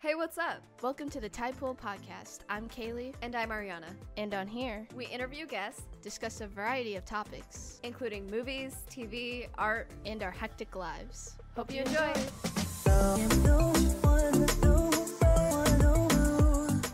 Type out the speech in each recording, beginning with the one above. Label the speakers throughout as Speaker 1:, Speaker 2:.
Speaker 1: Hey, what's up?
Speaker 2: Welcome to the Tide Pool Podcast. I'm Kaylee,
Speaker 1: And I'm Ariana.
Speaker 2: and on here,
Speaker 1: We interview guests,
Speaker 2: discuss a variety of topics
Speaker 1: including movies, TV, art.
Speaker 2: and our hectic lives.
Speaker 1: Hope you enjoy.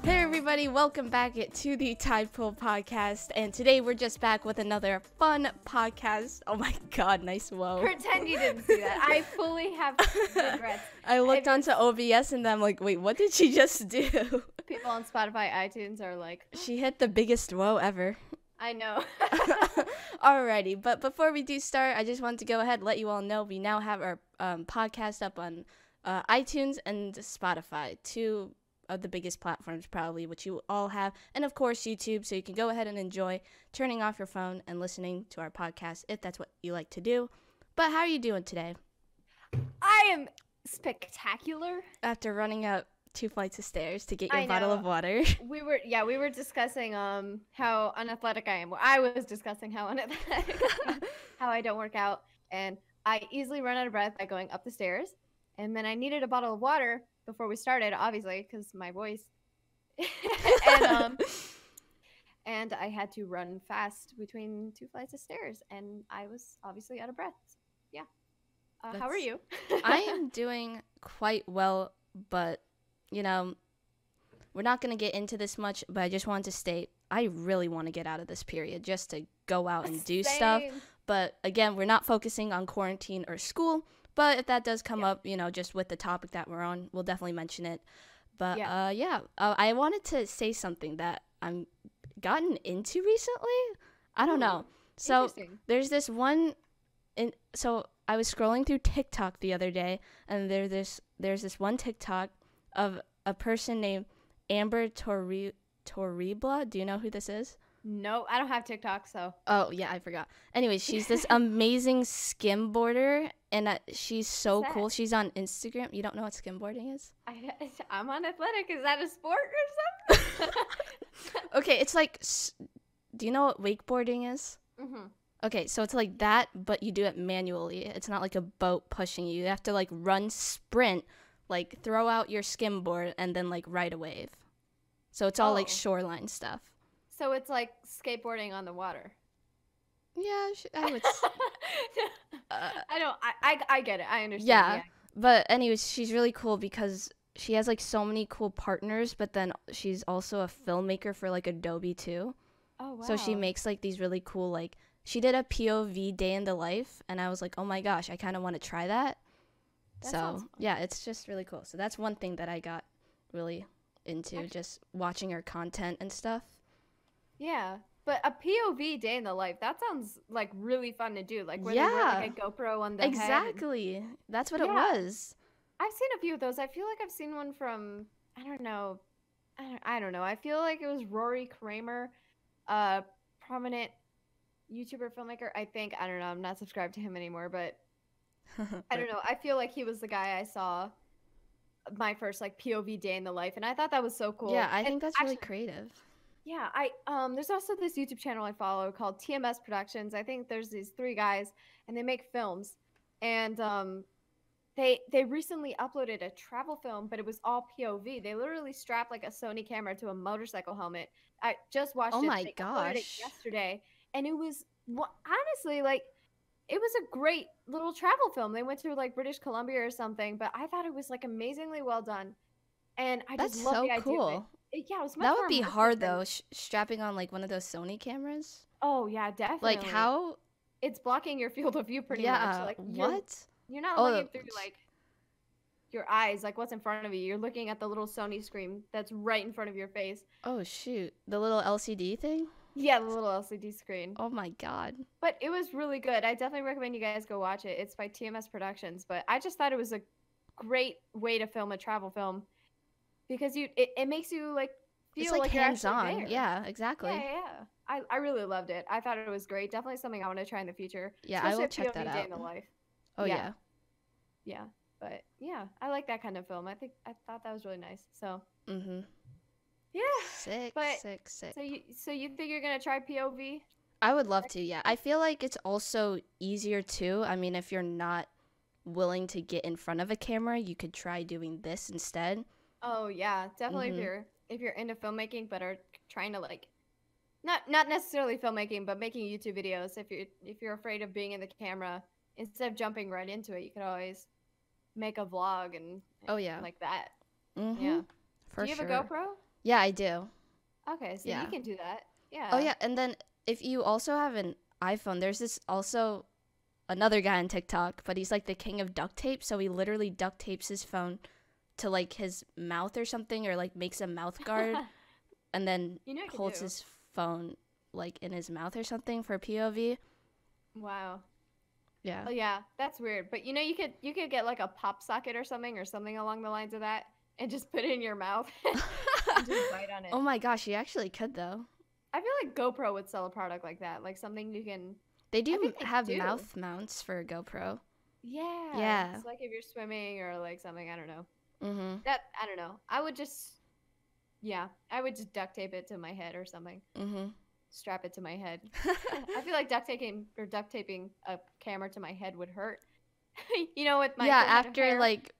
Speaker 2: Hey everybody, welcome back to the Tide Pool Podcast, and today we're just back with another fun podcast. Oh my god, nice whoa.
Speaker 1: Pretend you didn't see that. I fully have regrets.
Speaker 2: I looked onto OBS and I'm like, wait, what did she just do?
Speaker 1: People on Spotify, iTunes are like,
Speaker 2: she hit the biggest whoa ever.
Speaker 1: I know.
Speaker 2: Alrighty, but before we do start, I just wanted to go ahead and let you all know we now have our um, podcast up on uh, iTunes and Spotify, two of the biggest platforms probably, which you all have, and of course YouTube. So you can go ahead and enjoy turning off your phone and listening to our podcast if that's what you like to do. But how are you doing today?
Speaker 1: I am spectacular.
Speaker 2: After running up two flights of stairs to get your
Speaker 1: I
Speaker 2: bottle
Speaker 1: know.
Speaker 2: of water,
Speaker 1: We were, yeah, we were discussing um how unathletic I am. Well, I was discussing how unathletic, I am, how I don't work out, and I easily run out of breath by going up the stairs. And then I needed a bottle of water before we started, obviously, because my voice. and um, and I had to run fast between two flights of stairs, and I was obviously out of breath. Yeah. Uh, how are
Speaker 2: That's-
Speaker 1: you?
Speaker 2: I am doing quite well, but you know, we're not going to get into this much, but I just wanted to state I really want to get out of this period just to go out and do stuff.
Speaker 1: Same.
Speaker 2: But again, we're not focusing on quarantine or school, but if that does come
Speaker 1: Yeah.
Speaker 2: up, you know, just with the topic that we're on, we'll definitely mention it. But
Speaker 1: Yeah.
Speaker 2: yeah, uh, yeah uh, I wanted to say something that I'm gotten into recently. I don't
Speaker 1: Ooh,
Speaker 2: know. So
Speaker 1: Interesting.
Speaker 2: there's this one and so I was scrolling through TikTok the other day and there this there's this one TikTok of a person named Amber Torri Torribla. Do you know who this is?
Speaker 1: no, I don't have TikTok, so
Speaker 2: Oh yeah, I forgot. Anyway, she's this amazing skimboarder and uh, she's so
Speaker 1: What's
Speaker 2: cool.
Speaker 1: that?
Speaker 2: She's on Instagram. You don't know what skimboarding is?
Speaker 1: I, I'm unathletic. Is that a sport or something?
Speaker 2: Okay, it's like s- do you know what wakeboarding is?
Speaker 1: mm-hmm.
Speaker 2: Okay, so it's like that, but you do it manually. It's not like a boat pushing you. You have to like run sprint, like throw out your skimboard and then like ride a wave. So it's all like
Speaker 1: Oh.
Speaker 2: shoreline stuff.
Speaker 1: So it's like skateboarding on the water.
Speaker 2: Yeah, sh- I would. s- Oh, uh,
Speaker 1: I don't. I, I I get it. I understand.
Speaker 2: Yeah. but anyways, she's really cool because she has like so many cool partners. But then she's also a filmmaker for like Adobe too.
Speaker 1: Oh wow.
Speaker 2: So she makes like these really cool like she did a POV day in the life, and I was like, oh my gosh, I kind of want to try that.
Speaker 1: That sounds
Speaker 2: so
Speaker 1: fun.
Speaker 2: yeah, it's just really cool. So that's one thing that I got really into,
Speaker 1: Actu-
Speaker 2: just watching her content and stuff.
Speaker 1: Yeah. But a POV day in the life. That sounds like really fun to do. Like where they wear like a GoPro on the head and-
Speaker 2: exactly, that's what it
Speaker 1: Yeah.
Speaker 2: was.
Speaker 1: I've seen a few of those. I feel like I've seen one from I don't know. I don't, I don't know. I feel like it was Rory Kramer, a prominent YouTuber filmmaker. I think I don't know. I'm not subscribed to him anymore, but I don't know. I feel like he was the guy I saw my first like POV day in the life, and I thought that was so cool.
Speaker 2: Yeah, I
Speaker 1: And
Speaker 2: think that's really
Speaker 1: actually-
Speaker 2: creative.
Speaker 1: yeah, I um there's also this YouTube channel I follow called TMS Productions. I think there's these three guys and they make films. And um they they recently uploaded a travel film, but it was all POV. They literally strapped like a Sony camera to a motorcycle helmet. I just watched
Speaker 2: Oh
Speaker 1: it.
Speaker 2: my
Speaker 1: They uploaded it
Speaker 2: gosh.
Speaker 1: yesterday and it was wa- honestly like it was a great little travel film. They went to like British Columbia or something, but I thought it was like amazingly well done. And I
Speaker 2: That's
Speaker 1: just love
Speaker 2: so
Speaker 1: the idea of it.
Speaker 2: cool.
Speaker 1: It- Yeah, it was much
Speaker 2: That
Speaker 1: more
Speaker 2: would
Speaker 1: immersive
Speaker 2: be hard
Speaker 1: than-
Speaker 2: though, sh- strapping on like one of those Sony cameras.
Speaker 1: Oh yeah, definitely.
Speaker 2: Like how?
Speaker 1: it's blocking your field of view pretty
Speaker 2: yeah.
Speaker 1: much. Like you're-
Speaker 2: what?
Speaker 1: You're not
Speaker 2: Oh,
Speaker 1: looking through
Speaker 2: it's-
Speaker 1: like your eyes, like what's in front of you. You're looking at the little Sony screen that's right in front of your face.
Speaker 2: Oh shoot, the little LCD thing.
Speaker 1: Yeah, the little LCD screen.
Speaker 2: Oh my god.
Speaker 1: But it was really good. I definitely recommend you guys go watch it. It's by TMS Productions. But I just thought it was a great way to film a travel film because you it, it makes you like feel
Speaker 2: it's like,
Speaker 1: you're actually
Speaker 2: hands on.
Speaker 1: there.
Speaker 2: Yeah, exactly.
Speaker 1: Yeah,
Speaker 2: Yeah,
Speaker 1: yeah, yeah. I, I really loved it. I thought it was great. Definitely something I want to try in the future.
Speaker 2: I will
Speaker 1: Especially
Speaker 2: check that
Speaker 1: POV Day in
Speaker 2: out.
Speaker 1: the life.
Speaker 2: Oh
Speaker 1: Yeah.
Speaker 2: yeah.
Speaker 1: yeah but yeah i like that kind of film i think i thought that was really nice so
Speaker 2: Mm-hmm.
Speaker 1: yeah
Speaker 2: Sick,
Speaker 1: But-
Speaker 2: sick, sick.
Speaker 1: so you so you think you're gonna try pov
Speaker 2: I would love to, yeah. I feel like it's also easier too. I mean, if you're not willing to get in front of a camera, you could try doing this instead.
Speaker 1: Oh yeah, definitely
Speaker 2: Mhm.
Speaker 1: if you're if you're into filmmaking but are trying to like not not necessarily filmmaking but making YouTube videos if you're if you're afraid of being in the camera instead of jumping right into it you could always make a vlog and
Speaker 2: Oh yeah.
Speaker 1: like that.
Speaker 2: mm-hmm.
Speaker 1: Yeah.
Speaker 2: For
Speaker 1: do you have
Speaker 2: sure.
Speaker 1: a GoPro?
Speaker 2: Yeah, I do.
Speaker 1: Okay, so
Speaker 2: Yeah.
Speaker 1: you can do that. Yeah.
Speaker 2: Oh yeah, and then if you also have an iPhone, there's this also another guy on TikTok, but he's like the king of duct tape, so he literally duct tapes his phone to like his mouth or something or like makes a mouth guard and then
Speaker 1: you know what you
Speaker 2: holds
Speaker 1: do.
Speaker 2: his phone like in his mouth or something for POV.
Speaker 1: Wow.
Speaker 2: Yeah.
Speaker 1: Oh yeah, that's weird. But you know you could you could get like a pop socket or something or something along the lines of that and just put it in your mouth and just bite on it.
Speaker 2: oh my gosh, you actually could though.
Speaker 1: I feel like GoPro would sell a product like that, like something you can.
Speaker 2: They do
Speaker 1: think they
Speaker 2: have
Speaker 1: do.
Speaker 2: mouth mounts for GoPro.
Speaker 1: Yeah.
Speaker 2: Yeah.
Speaker 1: It's like if you're swimming or like something. I don't know.
Speaker 2: Mm-hmm.
Speaker 1: That I don't know. I would just. Yeah, I would just duct tape it to my head or something.
Speaker 2: Mm-hmm.
Speaker 1: Strap it to my head. I feel like duct taping or duct taping a camera to my head would hurt. you know, with my
Speaker 2: yeah,
Speaker 1: permanent
Speaker 2: after
Speaker 1: hair.
Speaker 2: like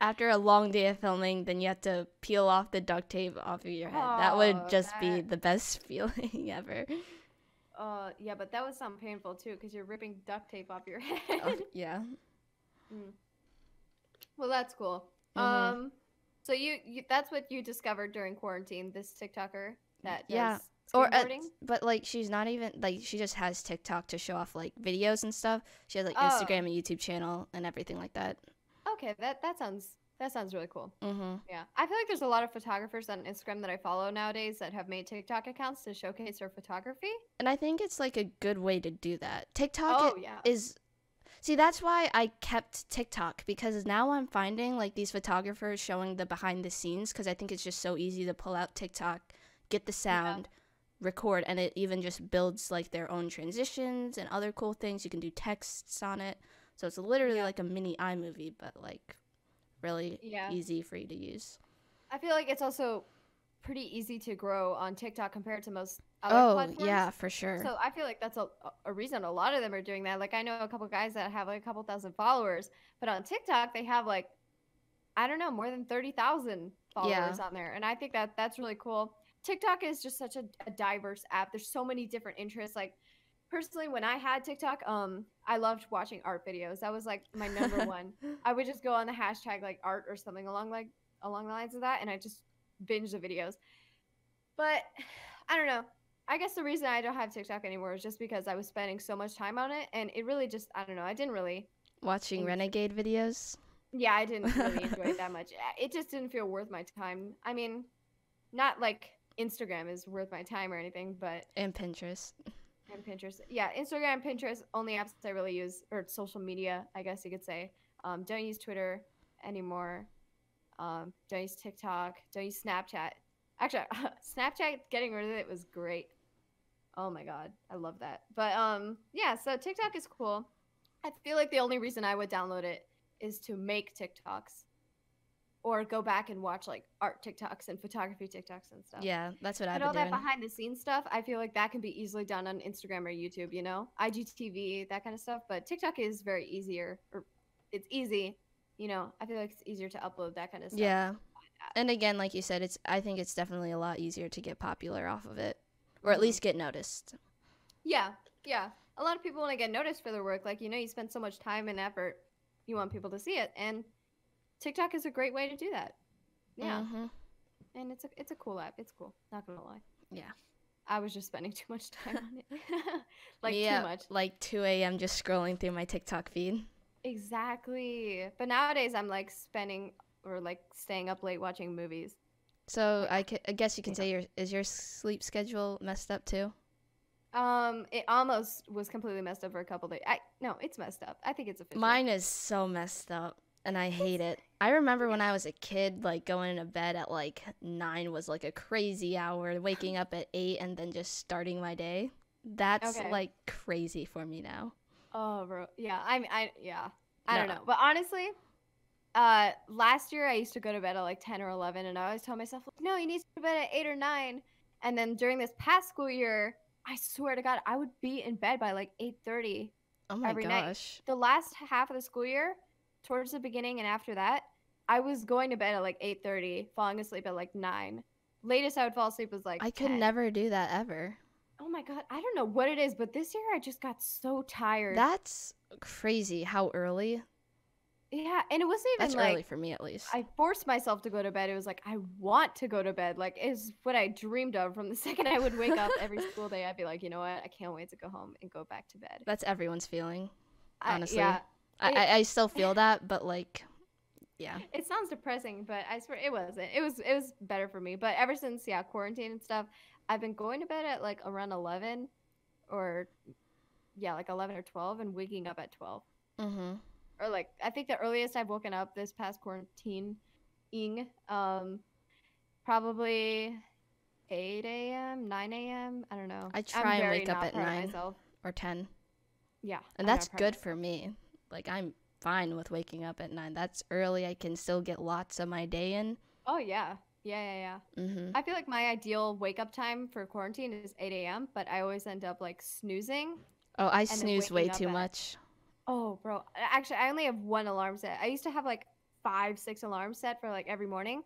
Speaker 2: after a long day of filming, then you have to peel off the duct tape off of your head. that
Speaker 1: Oh,
Speaker 2: would just be
Speaker 1: that-
Speaker 2: the best feeling ever.
Speaker 1: uh, yeah, but that would sound painful too because you're ripping duct tape off your head.
Speaker 2: Oh, yeah.
Speaker 1: Well, that's cool.
Speaker 2: Mhm.
Speaker 1: Um, so you, you that's what you discovered during quarantine. This TikToker that does
Speaker 2: Yeah. Or at,
Speaker 1: skateboarding.
Speaker 2: but like she's not even like she just has TikTok to show off like videos and stuff. She has like
Speaker 1: Oh.
Speaker 2: Instagram and YouTube channel and everything like that.
Speaker 1: okay, that that sounds that sounds really cool.
Speaker 2: Mm-hmm.
Speaker 1: Yeah, I feel like there's a lot of photographers on Instagram that I follow nowadays that have made TikTok accounts to showcase their photography.
Speaker 2: And I think it's like a good way to do that. TikTok
Speaker 1: Oh
Speaker 2: i-
Speaker 1: yeah.
Speaker 2: is see that's why i kept tiktok because now i'm finding like these photographers showing the behind the scenes because i think it's just so easy to pull out tiktok get the sound record and it even just builds like their own transitions and other cool things you can do texts on it so it's literally
Speaker 1: Yeah.
Speaker 2: like a mini imovie but like really
Speaker 1: Yeah.
Speaker 2: easy for you to use
Speaker 1: I feel like it's also pretty easy to grow on TikTok compared to most other
Speaker 2: oh
Speaker 1: platforms.
Speaker 2: yeah for sure
Speaker 1: So I feel like that's a, a reason a lot of them are doing that. Like I know a couple guys that have like a couple thousand followers, but on TikTok they have like I don't know more than thirty thousand followers
Speaker 2: Yeah.
Speaker 1: on there, and I think that that's really cool. TikTok is just such a, a diverse app. There's so many different interests. Like personally, when I had TikTok, um, I loved watching art videos. That was like my number one. I would just go on the hashtag like art or something along like along the lines of that, and I just binge the videos. But I don't know. I guess the reason I don't have TikTok anymore is just because I was spending so much time on it, and it really just I don't know. I didn't really.
Speaker 2: watching
Speaker 1: in-
Speaker 2: renegade videos
Speaker 1: Yeah, I didn't really enjoy it that much. Uh, It just didn't feel worth my time. I mean, not like Instagram is worth my time or anything, but
Speaker 2: and pinterest
Speaker 1: and Pinterest. Yeah, Instagram, Pinterest, only apps I really use, or social media, I guess you could say. Um, don't use Twitter anymore. Um, don't use TikTok. Don't use Snapchat. Actually, Snapchat getting rid of it was great. Oh my god, I love that. But um, yeah, so TikTok is cool. I feel like the only reason I would download it is to make TikToks, or go back and watch like art TikToks and photography TikToks and stuff.
Speaker 2: yeah that's what i've
Speaker 1: But all
Speaker 2: been
Speaker 1: that
Speaker 2: doing
Speaker 1: behind the scenes stuff, I feel like that can be easily done on Instagram or YouTube, you know, IGTV, that kind of stuff. But TikTok is very easier, or it's easy, you know. I feel like it's easier to upload that kind of stuff.
Speaker 2: Yeah. And again, like you said, it's I think it's definitely a lot easier to get popular off of it. Or at
Speaker 1: Mhm.
Speaker 2: least get noticed.
Speaker 1: yeah, yeah. A lot of people want to get noticed for their work. Like you know, you spend so much time and effort, you want people to see it, and TikTok is a great way to do that. Yeah,
Speaker 2: Mhm.
Speaker 1: and it's a it's a cool app. It's cool. Not gonna lie.
Speaker 2: Yeah.
Speaker 1: I was just spending too much time on it. like
Speaker 2: Yeah,
Speaker 1: too much.
Speaker 2: Like two AM just scrolling through my TikTok feed.
Speaker 1: Exactly. But nowadays I'm like spending or like staying up late watching movies.
Speaker 2: So I, ca- I guess you can
Speaker 1: Yeah.
Speaker 2: say your is your sleep schedule messed up too?
Speaker 1: Um, it almost was completely messed up for a couple days. I no, it's messed up. I think it's official.
Speaker 2: Mine is so messed up and I hate it. I remember when I was a kid, like going to bed at like nine was like a crazy hour, waking up at eight and then just starting my day. That's
Speaker 1: Okay.
Speaker 2: like crazy for me now.
Speaker 1: Oh, bro. Yeah. I. I. Yeah. I don't
Speaker 2: No.
Speaker 1: know. But honestly, uh, last year I used to go to bed at like ten or eleven, and I always told myself, like, no, you need to go to bed at eight or nine. And then during this past school year, I swear to God, I would be in bed by like eight thirty.
Speaker 2: Oh my
Speaker 1: Every night.
Speaker 2: gosh.
Speaker 1: the last half of the school year, towards the beginning and after that, I was going to bed at like eight thirty, falling asleep at like nine. Latest I would fall asleep was like
Speaker 2: I could
Speaker 1: 10.
Speaker 2: never do that ever.
Speaker 1: Oh my god, I don't know what it is, but this year I just got so tired.
Speaker 2: That's crazy how early.
Speaker 1: yeah, and it wasn't even
Speaker 2: That's
Speaker 1: like
Speaker 2: early for me at least.
Speaker 1: I forced myself to go to bed. It was like I want to go to bed. Like is what I dreamed of from the second I would wake up every school day. I'd be like, you know what? I can't wait to go home and go back to bed.
Speaker 2: That's everyone's feeling.
Speaker 1: I-
Speaker 2: honestly.
Speaker 1: yeah,
Speaker 2: I,
Speaker 1: It-
Speaker 2: I, I still feel that, but like, yeah.
Speaker 1: it sounds depressing, but I swear it wasn't. It was it was better for me. But ever since yeah quarantine and stuff, I've been going to bed at like around eleven, or yeah like eleven or twelve, and waking up at twelve.
Speaker 2: Mm-hmm.
Speaker 1: Or like I think the earliest I've woken up this past quarantine, ing um, probably eight a.m. nine a.m. I don't know.
Speaker 2: I
Speaker 1: I'm
Speaker 2: try and
Speaker 1: very
Speaker 2: wake up
Speaker 1: not
Speaker 2: at
Speaker 1: proud of
Speaker 2: 9.
Speaker 1: Myself.
Speaker 2: Or 10.
Speaker 1: Yeah, I'm
Speaker 2: And
Speaker 1: not
Speaker 2: that's
Speaker 1: proud of
Speaker 2: good
Speaker 1: myself.
Speaker 2: for me. Like, I'm fine with waking up at 9. That's early. I can still get lots of my day in.
Speaker 1: Oh yeah, yeah yeah yeah.
Speaker 2: Mm-hmm.
Speaker 1: I feel like my ideal wake up time for quarantine is 8 a.m., but I always end up like snoozing.
Speaker 2: Oh, I
Speaker 1: then
Speaker 2: snooze way
Speaker 1: waking up
Speaker 2: too
Speaker 1: at-
Speaker 2: much.
Speaker 1: Oh, bro. A- Actually, I only have one alarm set. I used to have like five, six alarms set for like every morning.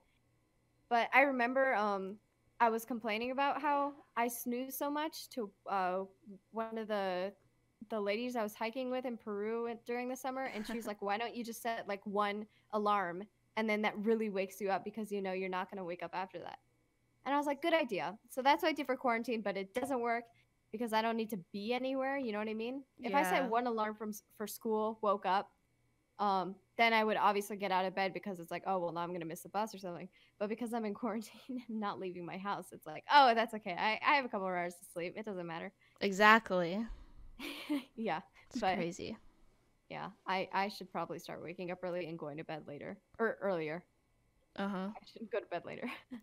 Speaker 1: But I remember um, I was complaining about how I snooze so much to uh, one of the the ladies I was hiking with in Peru in- during the summer, and she's like, "Why don't you just set like one alarm, and then that really wakes you up because you know you're not gonna wake up after that." And I was like, "Good idea." So that's what I did for quarantine, but it doesn't work because I don't need to be anywhere. You know what I mean? If I
Speaker 2: Yeah.
Speaker 1: set one alarm from s- for school, woke up, um, then I would obviously get out of bed because it's like, oh well, now I'm gonna miss the bus or something. But because I'm in quarantine and not leaving my house, it's like, oh, that's okay. I, I have a couple of hours to sleep. It doesn't matter.
Speaker 2: Exactly.
Speaker 1: yeah,
Speaker 2: It's
Speaker 1: But-
Speaker 2: crazy.
Speaker 1: yeah. I, I should probably start waking up early and going to bed later or earlier.
Speaker 2: Uh huh.
Speaker 1: I should go to bed later.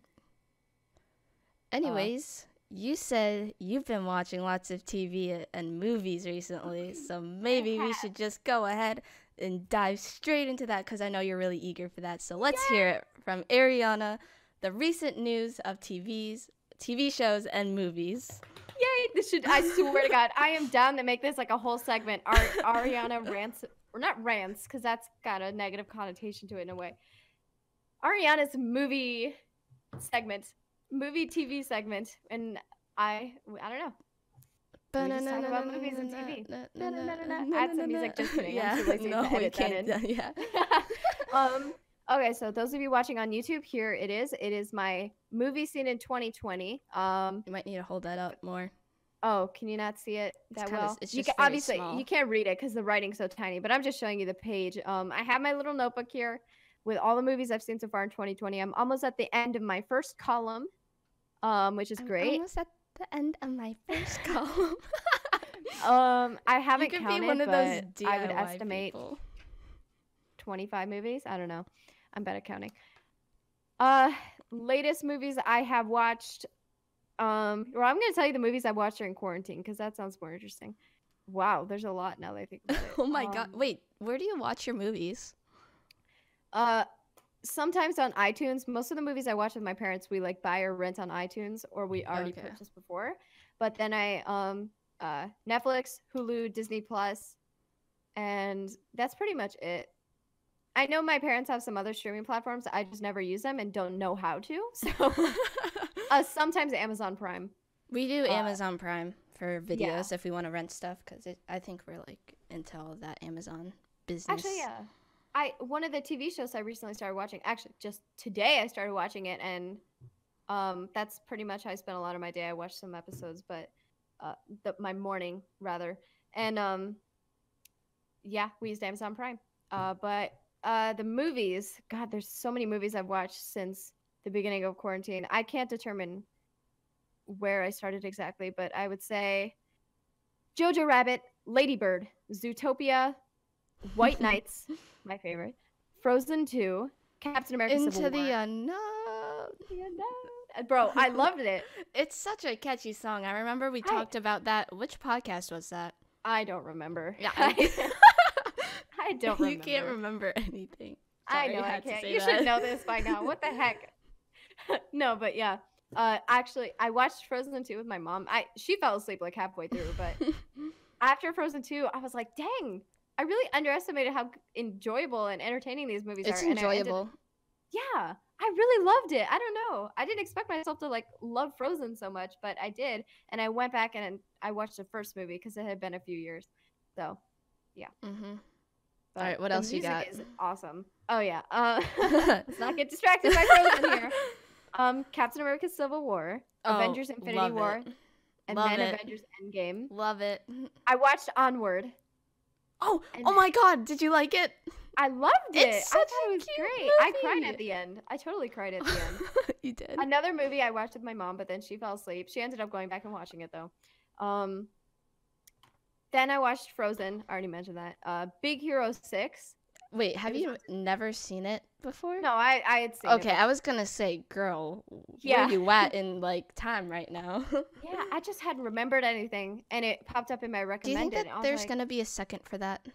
Speaker 2: Anyways, you said you've been watching lots of TV and movies recently, so maybe we
Speaker 1: have.
Speaker 2: should just go ahead and dive straight into that because I know you're really eager for that. So let's hear it from Ariana, the recent news of TVs, TV shows, and movies.
Speaker 1: Yay! This should I swear to God, I am down to make this like a whole segment. Ar- Ariana rants or not rants, because that's got a negative connotation to it in a way. Ariana's movie segment, movie TV segment, and I I don't know. We just talk about movies and TV.
Speaker 2: Na-na-na-na-na-na-na-na-na-na.
Speaker 1: Add some music just kidding, I'm
Speaker 2: Yeah,
Speaker 1: too lazy to
Speaker 2: no, we
Speaker 1: edit that
Speaker 2: can't. Yeah.
Speaker 1: um okay so those of you watching on youtube here it is it is my movie scene in 2020 um
Speaker 2: You might need to hold that up more.
Speaker 1: oh can you not see it
Speaker 2: It's
Speaker 1: that
Speaker 2: kinda s-
Speaker 1: well
Speaker 2: it's
Speaker 1: you
Speaker 2: just
Speaker 1: ca-
Speaker 2: very
Speaker 1: obviously
Speaker 2: small.
Speaker 1: you can't read it because the writing's so tiny but i'm just showing you the page um i have my little notebook here with all the movies i've seen so far in 2020 i'm almost at the end of my first column um which is
Speaker 2: I'm
Speaker 1: great
Speaker 2: almost at the end of my first column.
Speaker 1: um i haven't
Speaker 2: you could
Speaker 1: counted
Speaker 2: be one of those
Speaker 1: but i would
Speaker 2: DIY
Speaker 1: estimate
Speaker 2: people.
Speaker 1: 25 movies. I don't know. I'm bad at counting. Uh latest movies I have watched um well I'm going to tell you the movies I watched during quarantine cuz that sounds more interesting. Wow, there's a lot now that I think about it.
Speaker 2: Oh my god!
Speaker 1: Um,
Speaker 2: Wait, where do you watch your movies?
Speaker 1: Uh sometimes on iTunes, most of the movies I watch with my parents we like buy or rent on iTunes or we already
Speaker 2: Okay.
Speaker 1: purchased before. But then I um uh Netflix, Hulu, Disney Plus and that's pretty much it. I know my parents have some other streaming platforms. I just never use them and don't know how to. So uh, sometimes Amazon Prime.
Speaker 2: we do
Speaker 1: uh,
Speaker 2: Amazon Prime for videos
Speaker 1: yeah.
Speaker 2: if we want to rent stuff because I think we're like into all of that Amazon business.
Speaker 1: Actually, yeah. I one of the TV shows I recently started watching. Actually, just today I started watching it, and um, that's pretty much how I spent a lot of my day. I watched some episodes, but uh, the, my morning rather, and um, yeah, we used Amazon Prime. Uh, but uh, the movies, God, there's so many movies I've watched since the beginning of quarantine. I can't determine where I started exactly, but I would say Jojo Rabbit, Lady Bird, Zootopia, White Knights, my favorite, Frozen 2, Captain America
Speaker 2: Into
Speaker 1: Civil
Speaker 2: the
Speaker 1: War.
Speaker 2: unknown.
Speaker 1: Uh, Bro, I loved it.
Speaker 2: It's such a catchy song. I remember we
Speaker 1: I-
Speaker 2: talked about that. Which podcast was that?
Speaker 1: I don't remember.
Speaker 2: Yeah,
Speaker 1: I, I don't remember.
Speaker 2: you can't remember anything.
Speaker 1: I
Speaker 2: Sorry,
Speaker 1: know I
Speaker 2: had to
Speaker 1: can't.
Speaker 2: say
Speaker 1: You
Speaker 2: that.
Speaker 1: should know this by now. What the heck? no, but yeah. Uh, actually, I watched Frozen 2 with my mom. I she fell asleep like halfway through, but after Frozen 2, I was like, "Dang, I really underestimated how enjoyable and entertaining these movies
Speaker 2: It's
Speaker 1: are." and I ended-
Speaker 2: enjoyable.
Speaker 1: yeah, I really loved it. I don't know. I didn't expect myself to like love Frozen so much, but I did. And I went back and I watched the first movie because it had been a few years. So,
Speaker 2: Mm-hmm.
Speaker 1: but
Speaker 2: All right, what
Speaker 1: the
Speaker 2: else you
Speaker 1: music
Speaker 2: got?
Speaker 1: Is awesome. Oh yeah. Uh, let's not get distracted by Frozen here. Um, Captain America: Civil War,
Speaker 2: Oh,
Speaker 1: Avengers: Infinity War, and
Speaker 2: Love
Speaker 1: then
Speaker 2: it.
Speaker 1: Avengers: Endgame.
Speaker 2: Love it.
Speaker 1: I watched Onward.
Speaker 2: Oh,
Speaker 1: And-
Speaker 2: oh my God! Did you like it?
Speaker 1: I loved it.
Speaker 2: It's
Speaker 1: I
Speaker 2: such
Speaker 1: thought
Speaker 2: a
Speaker 1: it was
Speaker 2: cute
Speaker 1: great. I cried
Speaker 2: movie.
Speaker 1: at the end. I totally cried at the end.
Speaker 2: you did.
Speaker 1: Another movie I watched with my mom, but then she fell asleep. She ended up going back and watching it though. Um, then I watched Frozen. I already mentioned that. Uh, Big Hero Six.
Speaker 2: Wait, have
Speaker 1: was
Speaker 2: you never seen it before?
Speaker 1: No, I I had seen. it
Speaker 2: Okay, I was gonna say, girl, yeah.
Speaker 1: Yeah.
Speaker 2: where you at in like time right now?
Speaker 1: before. Yeah, I just hadn't remembered anything, and it popped up in my
Speaker 2: Do you
Speaker 1: recommended.
Speaker 2: think that
Speaker 1: and I was
Speaker 2: there's
Speaker 1: like,
Speaker 2: gonna be a second for that?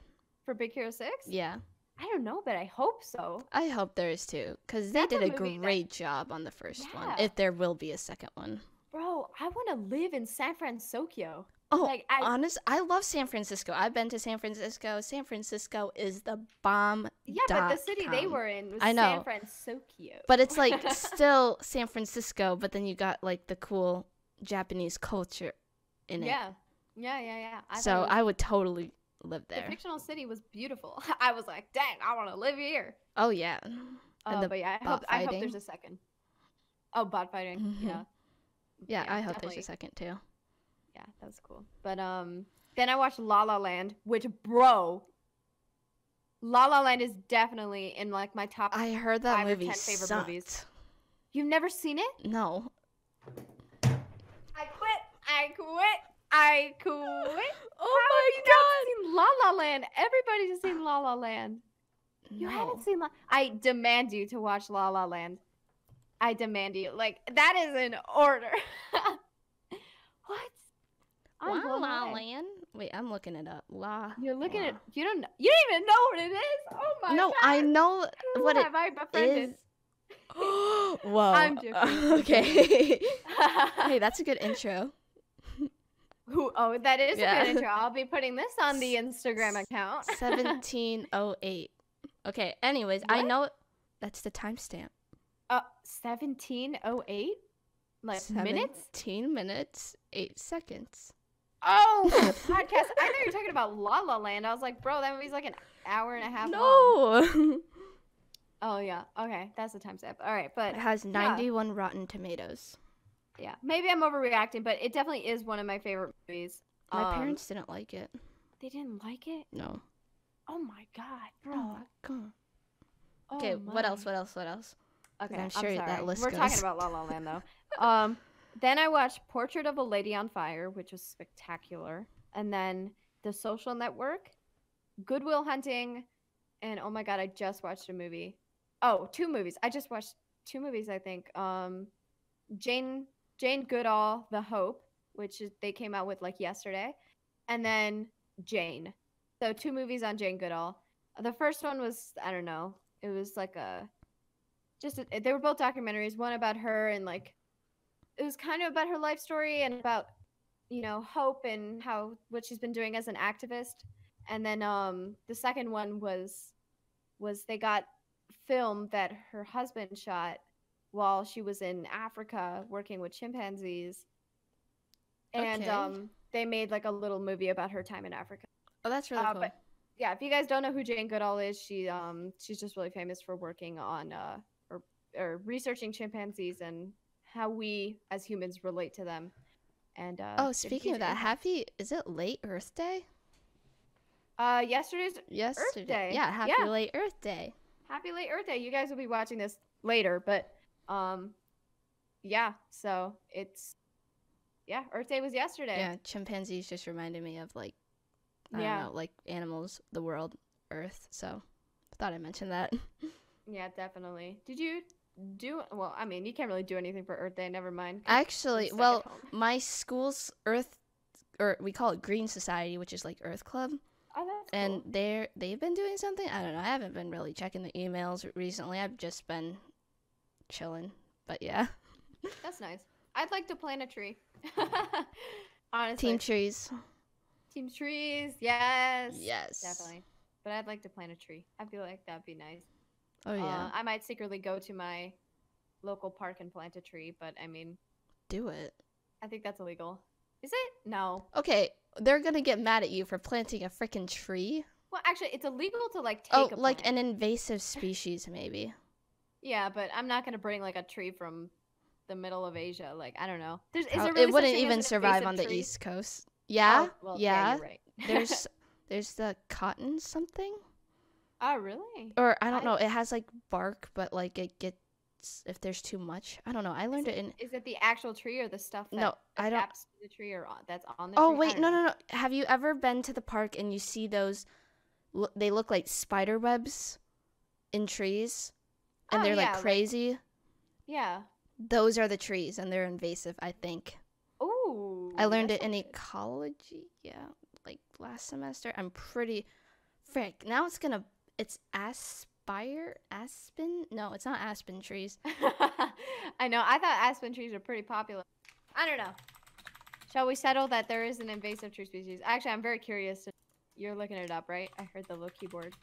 Speaker 1: for Big Hero Six?
Speaker 2: Yeah,
Speaker 1: I don't know, but I hope so.
Speaker 2: I hope there is too, because they
Speaker 1: That's a
Speaker 2: did a
Speaker 1: movie that-
Speaker 2: great job on the first one.
Speaker 1: Yeah.
Speaker 2: If there will be a second one.
Speaker 1: Bro, I want to live in San Francisco.
Speaker 2: Oh,
Speaker 1: Like I
Speaker 2: honest, I love San Francisco. I've been to San Francisco. San Francisco is the bomb.
Speaker 1: yeah, but the
Speaker 2: dot
Speaker 1: city they
Speaker 2: com.
Speaker 1: were in was
Speaker 2: I know.
Speaker 1: San Francisco.
Speaker 2: But it's like still San Francisco, but then you got like the cool Japanese culture in it.
Speaker 1: yeah, yeah, yeah, yeah. I thought
Speaker 2: so
Speaker 1: it was
Speaker 2: I would totally live
Speaker 1: The
Speaker 2: there.
Speaker 1: fictional city was beautiful. I was like, dang, I want to live here.
Speaker 2: Oh yeah.
Speaker 1: Uh,
Speaker 2: and the
Speaker 1: but yeah, I
Speaker 2: bot
Speaker 1: hope, I hope there's
Speaker 2: fighting.
Speaker 1: a second. Oh, bot fighting.
Speaker 2: Mhm.
Speaker 1: Yeah.
Speaker 2: yeah, I hope there's
Speaker 1: definitely.
Speaker 2: a second too.
Speaker 1: Yeah, that was cool. But um, then I watched La La Land, which bro, La La Land is definitely in like my top.
Speaker 2: I heard that
Speaker 1: Five or
Speaker 2: movie
Speaker 1: 10
Speaker 2: favorite
Speaker 1: favorite movies. You've never seen it?
Speaker 2: No.
Speaker 1: I quit. I quit. I quit.
Speaker 2: Oh
Speaker 1: I've seen La La Land. Everybody has seen La La Land. You
Speaker 2: No.
Speaker 1: haven't seen La. I demand you to watch La La Land. I demand you. Like that is an order. what? I'm
Speaker 2: La
Speaker 1: blown
Speaker 2: La
Speaker 1: away.
Speaker 2: Land. Wait, I'm looking it up. La.
Speaker 1: You're looking
Speaker 2: La.
Speaker 1: at. You don't. kn- You don't even know what it is. Oh my
Speaker 2: No,
Speaker 1: god.
Speaker 2: I know
Speaker 1: Who
Speaker 2: what it
Speaker 1: have I befriended?
Speaker 2: is. Whoa.
Speaker 1: I'm joking, I'm
Speaker 2: Okay. hey, that's a good intro.
Speaker 1: Who? Oh, that is
Speaker 2: Yeah.
Speaker 1: a good intro. I'll be putting this on the Instagram account.
Speaker 2: 1708. Okay, anyways, I
Speaker 1: What?
Speaker 2: know that's the timestamp.
Speaker 1: Uh, 1708. Like minutes.
Speaker 2: 17 minutes, 8 seconds.
Speaker 1: Oh, podcast. I thought you were talking about La La Land. I was like, bro, that movie's like an hour and a half. long.
Speaker 2: No.
Speaker 1: Oh yeah. Okay, that's the timestamp. All right,
Speaker 2: it
Speaker 1: but
Speaker 2: has 91 rotten tomatoes.
Speaker 1: yeah, maybe I'm overreacting, but it definitely is one of my favorite movies.
Speaker 2: My
Speaker 1: Um,
Speaker 2: parents didn't like it.
Speaker 1: they didn't like it.
Speaker 2: No.
Speaker 1: Oh my god, bro.
Speaker 2: Oh my god. Okay,
Speaker 1: Oh
Speaker 2: what else?
Speaker 1: my.
Speaker 2: What else? What else?
Speaker 1: Okay,
Speaker 2: I'm
Speaker 1: I'm
Speaker 2: sure that
Speaker 1: sorry.
Speaker 2: list
Speaker 1: We're
Speaker 2: goes-
Speaker 1: talking about La La Land though. um, then I watched Portrait of a Lady on Fire, which was spectacular, and then The Social Network, Goodwill Hunting, and oh my god, I just watched a movie. Oh, two movies. I just watched two movies. I think um, Jane Jane Goodall, The Hope, which is, they came out with like yesterday, and then Jane. So two movies on Jane Goodall. The first one was I don't know. It was like a just a, they were both documentaries. One about her and like it was kind of about her life story and about you know hope and how what she's been doing as an activist. And then um the second one was was they got film that her husband shot while she was in Africa working with chimpanzees. And
Speaker 2: Okay.
Speaker 1: um they made like a little movie about her time in Africa
Speaker 2: Oh, that's really
Speaker 1: Uh,
Speaker 2: cool.
Speaker 1: but- yeah, if you guys don't know who Jane Goodall is, she um she's just really famous for working on uh or or researching chimpanzees and how we as humans relate to them. And uh
Speaker 2: oh,
Speaker 1: if
Speaker 2: speaking
Speaker 1: you
Speaker 2: of that,
Speaker 1: guys-
Speaker 2: happy is it late Earth Day?
Speaker 1: uh yesterday's
Speaker 2: Yes.
Speaker 1: Day.
Speaker 2: Yeah, happy
Speaker 1: Yeah.
Speaker 2: late Earth Day.
Speaker 1: happy late Earth Day. You guys will be watching this later, but um yeah, so it's yeah, Earth Day was yesterday.
Speaker 2: Yeah, chimpanzees just reminded me of like I
Speaker 1: Yeah.
Speaker 2: don't know, like animals, the world, Earth. So I thought I mentioned that.
Speaker 1: Yeah, definitely. Did you do well, I mean, you can't really do anything for Earth Day, never mind. 'cause you're
Speaker 2: Actually,
Speaker 1: stuck at
Speaker 2: well,
Speaker 1: home.
Speaker 2: my school's Earth, or we call it Green Society, which is like Earth Club,
Speaker 1: oh, that's cool.
Speaker 2: and they're they've been doing something. I don't know. I haven't been really checking the emails recently. I've just been chilling. But yeah,
Speaker 1: That's nice. I'd like to plant a tree. Honestly,
Speaker 2: team trees.
Speaker 1: Team trees. Yes.
Speaker 2: Yes.
Speaker 1: Definitely. But I'd like to plant a tree. I feel like that'd be nice.
Speaker 2: Oh yeah,
Speaker 1: Uh, I might secretly go to my local park and plant a tree, but I mean,
Speaker 2: do it.
Speaker 1: I think that's illegal. Is it? No.
Speaker 2: Okay, they're gonna get mad at you for planting a freaking tree.
Speaker 1: Well, actually, it's illegal to like take
Speaker 2: oh,
Speaker 1: a
Speaker 2: like
Speaker 1: plant.
Speaker 2: an invasive species, maybe.
Speaker 1: yeah, but I'm not gonna bring like a tree from the middle of Asia. Like I don't know. There's, is
Speaker 2: Prob-
Speaker 1: there really
Speaker 2: it wouldn't
Speaker 1: such thing as
Speaker 2: even
Speaker 1: an
Speaker 2: survive
Speaker 1: invasive
Speaker 2: on the
Speaker 1: tree?
Speaker 2: East Coast.
Speaker 1: Oh,
Speaker 2: Yeah,
Speaker 1: well,
Speaker 2: yeah.
Speaker 1: you're right.
Speaker 2: There's there's the cotton something,
Speaker 1: oh really?
Speaker 2: or I don't
Speaker 1: I-
Speaker 2: know. It has like bark, but like it gets if there's too much. I don't know. I learned it in.
Speaker 1: Is it the actual tree or the stuff that
Speaker 2: No, I don't.
Speaker 1: adapts to the tree or on, that's on the
Speaker 2: Oh
Speaker 1: tree? I
Speaker 2: wait,
Speaker 1: don't
Speaker 2: no,
Speaker 1: know.
Speaker 2: no, no. Have you ever been to the park and you see those? lo- They look like spider webs in trees, and
Speaker 1: Oh,
Speaker 2: they're
Speaker 1: yeah,
Speaker 2: like
Speaker 1: like-
Speaker 2: crazy.
Speaker 1: Yeah.
Speaker 2: Those are the trees, and they're invasive. I think.
Speaker 1: Ooh.
Speaker 2: I learned
Speaker 1: that
Speaker 2: it in
Speaker 1: sounds good.
Speaker 2: ecology, yeah, like last semester. I'm pretty frick. Now it's gonna it's aspire aspen? No, it's not aspen trees.
Speaker 1: I know. I thought aspen trees are pretty popular. I don't know. Shall we settle that there is an invasive tree species? Actually, I'm very curious. to- You're looking it up, right? I heard the little keyboard.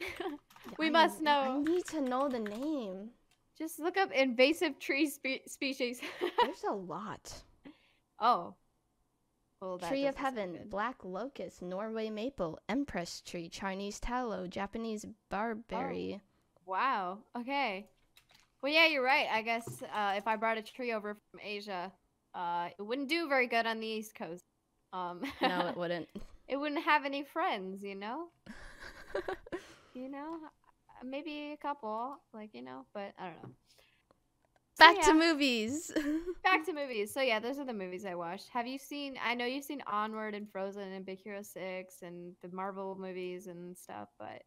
Speaker 1: We
Speaker 2: I
Speaker 1: must
Speaker 2: n-
Speaker 1: know.
Speaker 2: I need to know the name.
Speaker 1: Just look up invasive tree spe- species.
Speaker 2: There's a lot.
Speaker 1: oh. Well, that
Speaker 2: Tree of
Speaker 1: doesn't sound
Speaker 2: heaven,
Speaker 1: good.
Speaker 2: black locust, Norway maple, empress tree, Chinese tallow, Japanese barberry.
Speaker 1: Wow. Okay. Well, yeah, you're right. I guess uh, if I brought a tree over from Asia, uh, it wouldn't do very good on the East Coast. Um,
Speaker 2: No, it wouldn't.
Speaker 1: it wouldn't have any friends, you know. you know, uh, maybe a couple, like you know, but I don't know. So,
Speaker 2: Back to
Speaker 1: yeah,
Speaker 2: movies.
Speaker 1: back to movies. So yeah, those are the movies I watched. Have you seen? I know you've seen Onward and Frozen and Big Hero Six and the Marvel movies and stuff, but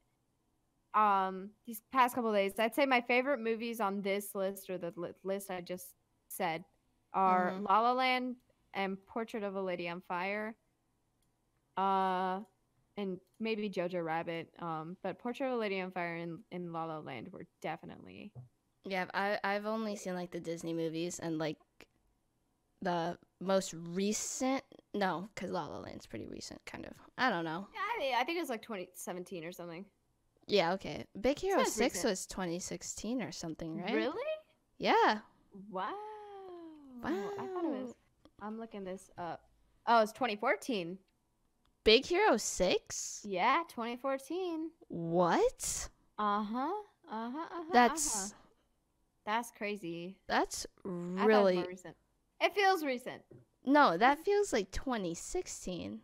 Speaker 1: um, these past couple days, I'd say my favorite movies on this list or the li- list I just said are
Speaker 2: Mhm.
Speaker 1: La La Land and Portrait of a Lady on Fire. Uh, and maybe Jojo Rabbit. Um, but Portrait of a Lady on Fire and in La La Land were definitely
Speaker 2: Yeah, I I've only seen like the Disney movies and like the most recent. No, because La La Land's pretty recent, kind of. I don't know.
Speaker 1: I, I think it was like 2017 or something.
Speaker 2: Yeah, okay. Big Hero
Speaker 1: Sounds
Speaker 2: Six
Speaker 1: recent.
Speaker 2: was 2016 or something, right?
Speaker 1: Really?
Speaker 2: Yeah.
Speaker 1: Wow. I thought it
Speaker 2: Wow.
Speaker 1: was. I'm looking this up. Oh, it's 2014.
Speaker 2: Big Hero Six.
Speaker 1: Yeah, 2014.
Speaker 2: What?
Speaker 1: Uh huh. Uh huh. Uh-huh,
Speaker 2: That's
Speaker 1: uh-huh. that's crazy.
Speaker 2: that's
Speaker 1: I thought it was more
Speaker 2: really
Speaker 1: recent. It feels recent.
Speaker 2: no. That feels like 2016.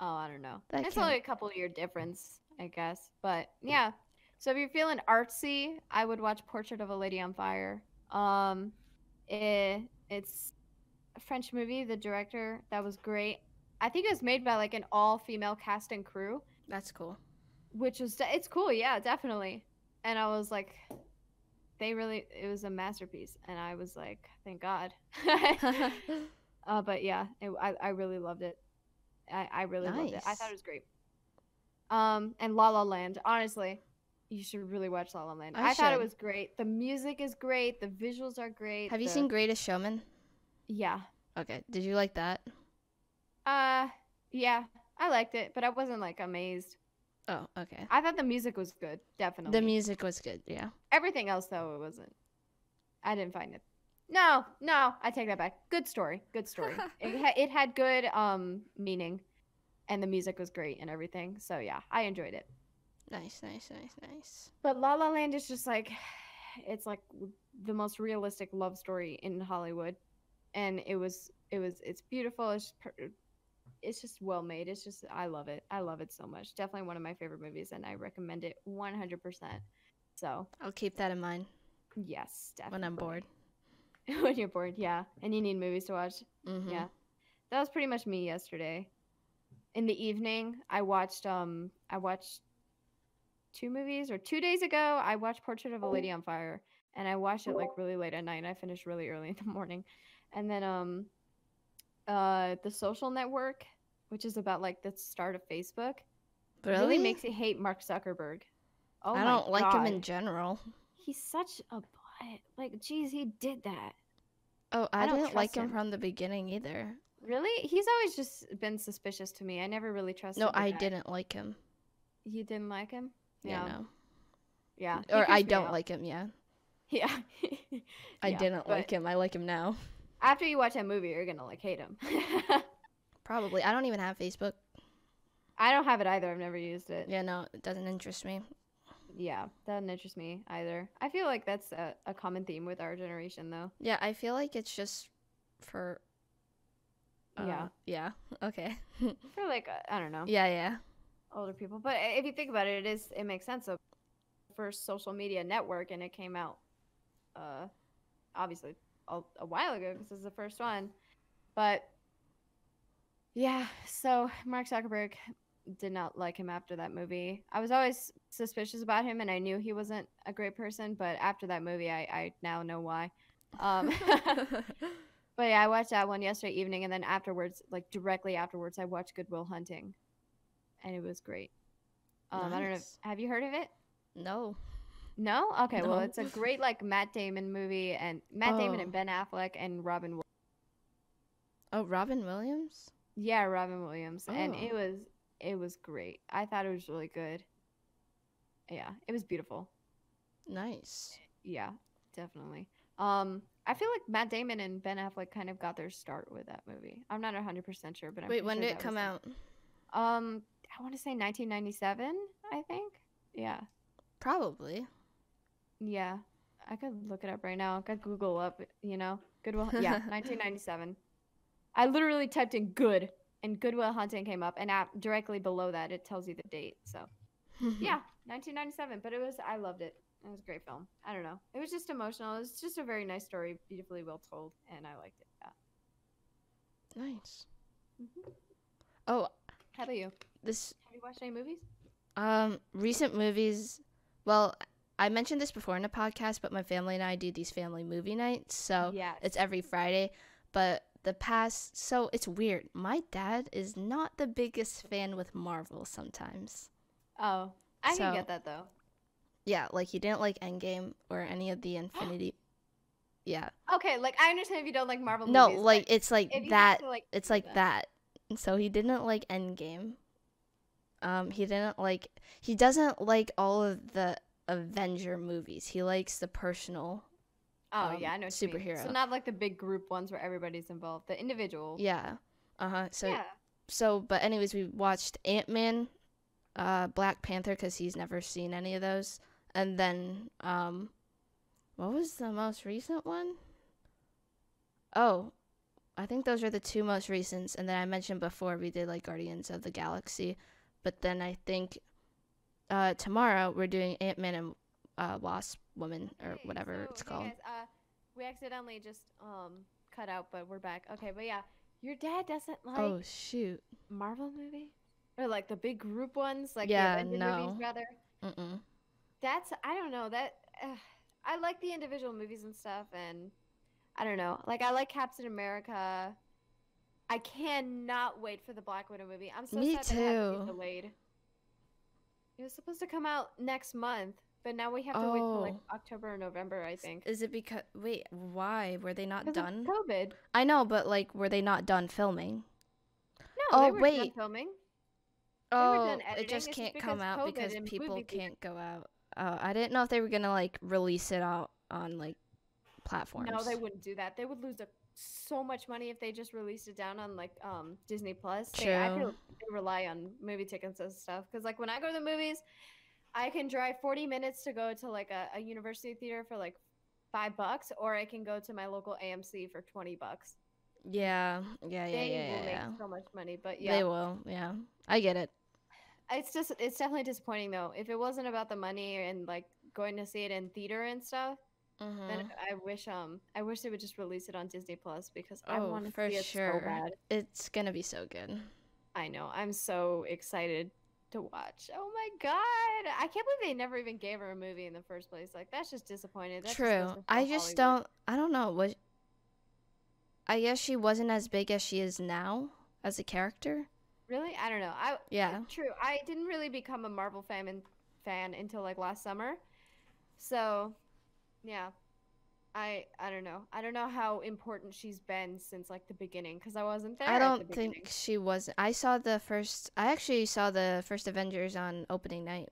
Speaker 1: Oh, I don't know.
Speaker 2: That
Speaker 1: it's
Speaker 2: can't-
Speaker 1: only a couple year difference, I guess. But yeah. So if you're feeling artsy, I would watch Portrait of a Lady on Fire. Um, it, it's a French movie. The director that was great. I think it was made by like an all female cast and crew,
Speaker 2: That's cool.
Speaker 1: which is it's cool. Yeah, definitely. And I was like, they really it was a masterpiece, and I was like, thank God. Uh, but yeah, it, I I really loved it. I I really loved it. I thought
Speaker 2: Nice.
Speaker 1: it was great. Um, and La La Land. Honestly, you should really watch La La Land.
Speaker 2: I
Speaker 1: I, thought it
Speaker 2: should.
Speaker 1: was great. The music is great. The visuals are great.
Speaker 2: Have you
Speaker 1: the-
Speaker 2: seen Greatest Showman?
Speaker 1: Yeah.
Speaker 2: Okay. Did you like that?
Speaker 1: Uh, yeah. I liked it, but I wasn't like amazed.
Speaker 2: Oh, okay.
Speaker 1: I thought the music was good, definitely.
Speaker 2: The music was good. Yeah.
Speaker 1: Everything else though, it wasn't. I didn't find it. No, no, I take that back. Good story. Good story. it, ha- it had good um meaning, and the music was great and everything. So yeah, I enjoyed it.
Speaker 2: Nice, nice, nice, nice.
Speaker 1: But La La Land is just like, it's like the most realistic love story in Hollywood, and it was it was it's beautiful. It's just per- it's just well made. It's just I love it. I love it so much. Definitely one of my favorite movies, and I recommend it 100%. So
Speaker 2: I'll keep that in mind
Speaker 1: yes, definitely.
Speaker 2: when I'm bored.
Speaker 1: when you're bored, yeah, and you need movies to watch.
Speaker 2: Mm-hmm.
Speaker 1: Yeah. That was pretty much me yesterday. In the evening, I watched um I watched two movies or 2 days ago, I watched Portrait of a Lady on Fire and I watched it like really late at night. and I finished really early in the morning. And then um uh The Social Network, which is about like the start of Facebook,
Speaker 2: Really?
Speaker 1: makes you hate Mark Zuckerberg. Oh
Speaker 2: I
Speaker 1: my
Speaker 2: don't like him
Speaker 1: God.
Speaker 2: in general.
Speaker 1: He's such a butt. Like geez, he did that.
Speaker 2: Oh, I,
Speaker 1: I don't
Speaker 2: didn't like
Speaker 1: trust
Speaker 2: him,
Speaker 1: him.
Speaker 2: from the beginning either.
Speaker 1: Really? He's always just been suspicious to me. I never really trusted
Speaker 2: No,
Speaker 1: the
Speaker 2: I
Speaker 1: guy.
Speaker 2: didn't like him.
Speaker 1: You didn't like him?
Speaker 2: Yeah. No.
Speaker 1: Yeah. he
Speaker 2: or
Speaker 1: creeps me
Speaker 2: I don't
Speaker 1: out.
Speaker 2: like him. Yeah,
Speaker 1: Yeah.
Speaker 2: I
Speaker 1: Yeah,
Speaker 2: didn't
Speaker 1: but
Speaker 2: like him. I like him now.
Speaker 1: After you watch that movie, you're gonna like hate him.
Speaker 2: Probably. I don't even have Facebook.
Speaker 1: I don't have it either. I've never used it.
Speaker 2: Yeah, no, it doesn't interest me.
Speaker 1: Yeah, doesn't interest me either. I feel like that's a, a common theme with our generation, though.
Speaker 2: Yeah, I feel like it's just for. uh,
Speaker 1: yeah,
Speaker 2: Yeah. Okay.
Speaker 1: for like uh, I don't know,
Speaker 2: yeah, yeah.
Speaker 1: older people. But i- if you think about it, it is it makes sense. So, first social media network, and it came out, uh, obviously a, a while ago because it's the first one. But yeah, so Mark Zuckerberg did not like him after that movie. I was always suspicious about him, and I knew he wasn't a great person. But after that movie, I I now know why. Um. But yeah, I watched that one yesterday evening, and then afterwards, like directly afterwards, I watched Goodwill Hunting, and it was great. Um, I don't know. If,
Speaker 2: Nice.
Speaker 1: have you heard of it?
Speaker 2: no.
Speaker 1: No. Okay. Well,
Speaker 2: No.
Speaker 1: it's a great like Matt Damon movie, and Matt Damon
Speaker 2: Oh.
Speaker 1: and Ben Affleck and Robin. Wi-
Speaker 2: Oh, Robin Williams.
Speaker 1: Yeah, Robin Williams, and it
Speaker 2: Oh.
Speaker 1: was it was great. I thought it was really good. Yeah, it was beautiful.
Speaker 2: Nice.
Speaker 1: Yeah, definitely. Um, I feel like Matt Damon and Ben Affleck kind of got their start with that movie. I'm not 100 percent sure, but I'm
Speaker 2: Wait,
Speaker 1: pretty
Speaker 2: when
Speaker 1: sure
Speaker 2: did
Speaker 1: that
Speaker 2: it
Speaker 1: was
Speaker 2: come
Speaker 1: them.
Speaker 2: out?
Speaker 1: Um, I want to say 1997, I think. Yeah.
Speaker 2: Probably.
Speaker 1: Yeah. I could look it up right now. I could Google up, you know. Goodwill Yeah, 1997. I literally typed in good and Goodwill Hunting came up and app directly below that it tells you the date. So, yeah, 1997, but it was I loved it. It was a great film. I don't know. It was just emotional. It was just a very nice story, beautifully well told, and I liked it. Yeah.
Speaker 2: Nice.
Speaker 1: Mhm.
Speaker 2: Oh,
Speaker 1: How about you?
Speaker 2: this
Speaker 1: Have you watched any movies?
Speaker 2: um recent movies. Well, I mentioned this before in a podcast, but my family and I do these family movie nights. So
Speaker 1: yeah.
Speaker 2: It's every Friday, but the past so it's weird. My dad is not the biggest fan with Marvel sometimes.
Speaker 1: Oh, I
Speaker 2: So-
Speaker 1: can get that though.
Speaker 2: Yeah, like he didn't like Endgame or any of the Infinity. yeah.
Speaker 1: Okay, like I understand if you don't like Marvel
Speaker 2: No,
Speaker 1: movies. but
Speaker 2: like it's like
Speaker 1: if you have
Speaker 2: that
Speaker 1: to, like,
Speaker 2: it's
Speaker 1: do
Speaker 2: like that. And So he didn't like Endgame. Um he didn't like he doesn't like all of the Avenger movies. He likes the personal.
Speaker 1: Oh
Speaker 2: um,
Speaker 1: yeah, I know. what you mean. So
Speaker 2: superhero.
Speaker 1: not like the big group ones where everybody's involved. The individual.
Speaker 2: Yeah. Uh-huh. So
Speaker 1: yeah.
Speaker 2: so but anyways we watched ant-man uh black panther because he's never seen any of those and then um what was the most recent one? Oh, i think those are the two most recent and then i mentioned before we did like guardians of the galaxy but then i think uh tomorrow we're doing ant-man and uh wasp woman or
Speaker 1: Okay,
Speaker 2: whatever
Speaker 1: so,
Speaker 2: it's
Speaker 1: hey
Speaker 2: called
Speaker 1: guys, uh, we accidentally just um cut out, but we're back. Okay, but yeah, your dad doesn't like
Speaker 2: oh shoot
Speaker 1: Marvel movie or like the big group ones, like
Speaker 2: Yeah,
Speaker 1: the Avenger
Speaker 2: no.
Speaker 1: movies rather.
Speaker 2: Mm-mm.
Speaker 1: That's I don't know that. Uh, I like the individual movies and stuff, and I don't know. Like I like Captain America. I cannot wait for the Black Widow movie. I'm so
Speaker 2: Me
Speaker 1: sad that it had to
Speaker 2: too.
Speaker 1: be delayed. It was supposed to come out next month, but now we have to wait till like October or November, I think.
Speaker 2: Oh. is it because wait why were they not
Speaker 1: 'Cause of
Speaker 2: done
Speaker 1: COVID.
Speaker 2: I know, but like, were they not done filming?
Speaker 1: No,
Speaker 2: Oh,
Speaker 1: they were done
Speaker 2: wait.
Speaker 1: filming. were
Speaker 2: Oh,
Speaker 1: done
Speaker 2: it
Speaker 1: editing.
Speaker 2: just
Speaker 1: It's
Speaker 2: can't
Speaker 1: because
Speaker 2: come out
Speaker 1: COVID
Speaker 2: because
Speaker 1: and
Speaker 2: people
Speaker 1: movie theater-
Speaker 2: can't go out. Oh, I didn't know if they were gonna like release it out on like platforms.
Speaker 1: No, they wouldn't do that. They would lose a, so much money if they just released it down on like um Disney Plus. They, I feel
Speaker 2: True.
Speaker 1: like they rely on movie tickets and stuff because like when I go to the movies, I can drive forty minutes to go to like a, a university theater for like five bucks, or I can go to my local AMC for twenty bucks.
Speaker 2: Yeah, yeah, yeah,
Speaker 1: they
Speaker 2: yeah,
Speaker 1: will
Speaker 2: yeah. yeah.
Speaker 1: make so much money, but
Speaker 2: They
Speaker 1: yeah,
Speaker 2: will. Yeah, I get it.
Speaker 1: it's just it's definitely disappointing though. If it wasn't about the money and like going to see it in theater and stuff.
Speaker 2: Mhm.
Speaker 1: Then I wish um I wish they would just release it on Disney Plus because I
Speaker 2: Oh,
Speaker 1: want to
Speaker 2: for
Speaker 1: see it
Speaker 2: sure.
Speaker 1: so bad.
Speaker 2: It's gonna be so good.
Speaker 1: I know. I'm so excited to watch. Oh my god! I can't believe they never even gave her a movie in the first place. Like that's just disappointed. That just goes
Speaker 2: True.
Speaker 1: to
Speaker 2: I
Speaker 1: show
Speaker 2: just
Speaker 1: Hollywood.
Speaker 2: don't. I don't know. Was I guess she wasn't as big as she is now as a character.
Speaker 1: really. I don't know. I
Speaker 2: Yeah.
Speaker 1: True. I didn't really become a Marvel fan and fan until like last summer. So, yeah. I I don't know. I don't know how important she's been since like the beginning because I wasn't there.
Speaker 2: I
Speaker 1: at the
Speaker 2: don't think
Speaker 1: beginning.
Speaker 2: she was. I saw the first. I actually saw the first Avengers on opening night.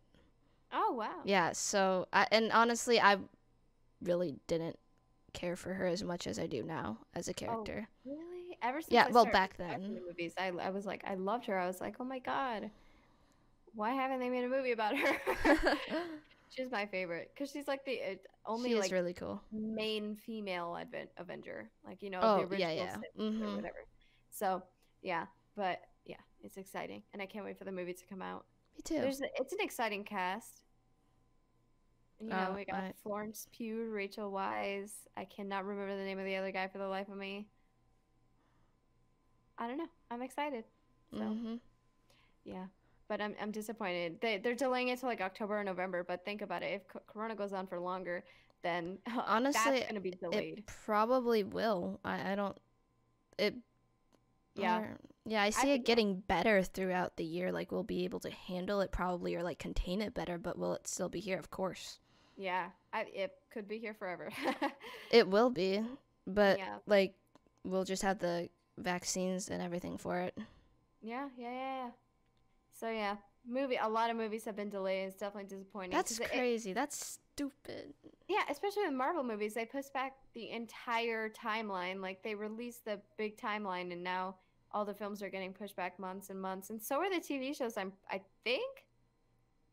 Speaker 1: Oh wow.
Speaker 2: Yeah, so I, and honestly, I really didn't care for her as much as I do now as
Speaker 1: Oh.
Speaker 2: a character.
Speaker 1: Really? Ever since
Speaker 2: Yeah,
Speaker 1: I
Speaker 2: well,
Speaker 1: started
Speaker 2: back
Speaker 1: watching
Speaker 2: then.
Speaker 1: the movies, I, I was like, I loved her. I was like, oh my god, why haven't they made a movie about her? she's my favorite because she's like the it, only
Speaker 2: she
Speaker 1: like
Speaker 2: is really cool.
Speaker 1: main female Advent Avenger, like you know
Speaker 2: Oh,
Speaker 1: the
Speaker 2: yeah,
Speaker 1: original
Speaker 2: yeah.
Speaker 1: six or
Speaker 2: hmm
Speaker 1: whatever. So yeah, but yeah, it's exciting, and I can't wait for the movie to come out.
Speaker 2: Me too.
Speaker 1: There's a, it's an exciting cast. You know,
Speaker 2: Oh,
Speaker 1: we got
Speaker 2: I-
Speaker 1: Florence Pugh, Rachel Wise. I cannot remember the name of the other guy for the life of me. I don't know. I'm excited. So
Speaker 2: hmm
Speaker 1: yeah, but I'm I'm disappointed. They they're delaying it to like October or November. But think about it. If co- Corona goes on for longer, then
Speaker 2: Honestly,
Speaker 1: that's gonna be delayed.
Speaker 2: It probably will. I, I don't. It.
Speaker 1: yeah,
Speaker 2: or- yeah, I see
Speaker 1: think
Speaker 2: it
Speaker 1: it will.
Speaker 2: getting better throughout the year. Like we'll be able to handle it probably, or like contain it better. But will it still be here? Of course,
Speaker 1: yeah. I, it could be here forever.
Speaker 2: Uh, it will be. But
Speaker 1: Yeah.
Speaker 2: like, we'll just have the vaccines and everything for it.
Speaker 1: Yeah, yeah, yeah. yeah. So yeah, movie. A lot of movies have been delayed. It's definitely disappointing.
Speaker 2: That's
Speaker 1: 'cause it-
Speaker 2: crazy. That's stupid.
Speaker 1: yeah, especially with Marvel movies, they pushed back the entire timeline. Like they released the big timeline, and now all the films are getting pushed back months and months. And so are the TV shows. I'm, I think.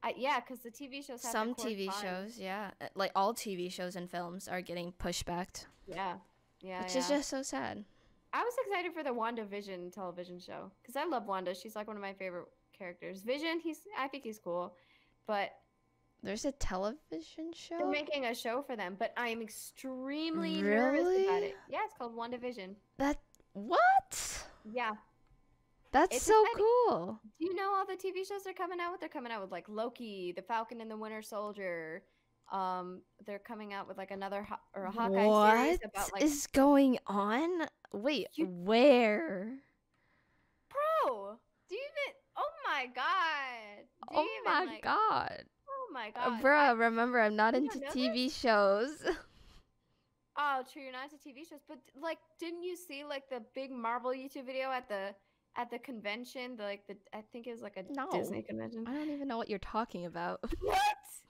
Speaker 1: I, yeah, because the TV shows have to
Speaker 2: Some TV
Speaker 1: correspond.
Speaker 2: shows, yeah, Uh, like all TV shows and films are getting pushed back,
Speaker 1: Yeah, yeah,
Speaker 2: which
Speaker 1: yeah.
Speaker 2: is just so sad.
Speaker 1: I was excited for the WandaVision television show because I love Wanda. She's like one of my favorite characters. Vision, he's I think he's cool, but
Speaker 2: There's a television show.
Speaker 1: They're making a show for them, but I am extremely nervous about
Speaker 2: Really?
Speaker 1: it. Yeah, it's called WandaVision.
Speaker 2: That what?
Speaker 1: Yeah.
Speaker 2: That's
Speaker 1: It's
Speaker 2: so
Speaker 1: exciting.
Speaker 2: cool.
Speaker 1: Do you know all the TV shows they're coming out with? They're coming out with like Loki, The Falcon and the Winter Soldier. Um, they're coming out with like another Haw- or a
Speaker 2: What
Speaker 1: Hawkeye
Speaker 2: is
Speaker 1: series about like
Speaker 2: going on? Wait,
Speaker 1: You-
Speaker 2: where?
Speaker 1: bro. Do you even? Oh my god. Do you
Speaker 2: Oh
Speaker 1: even,
Speaker 2: my
Speaker 1: like-
Speaker 2: god.
Speaker 1: Oh my
Speaker 2: Uh,
Speaker 1: god. I-
Speaker 2: Bruh, remember I'm not
Speaker 1: you
Speaker 2: into
Speaker 1: don't know
Speaker 2: TV shows.
Speaker 1: Oh, true. You're not into TV shows, but like, didn't you see like the big Marvel YouTube video at the at the convention? The, like the I think it was like a Disney
Speaker 2: No.
Speaker 1: convention.
Speaker 2: I don't even know what you're talking about.
Speaker 1: What?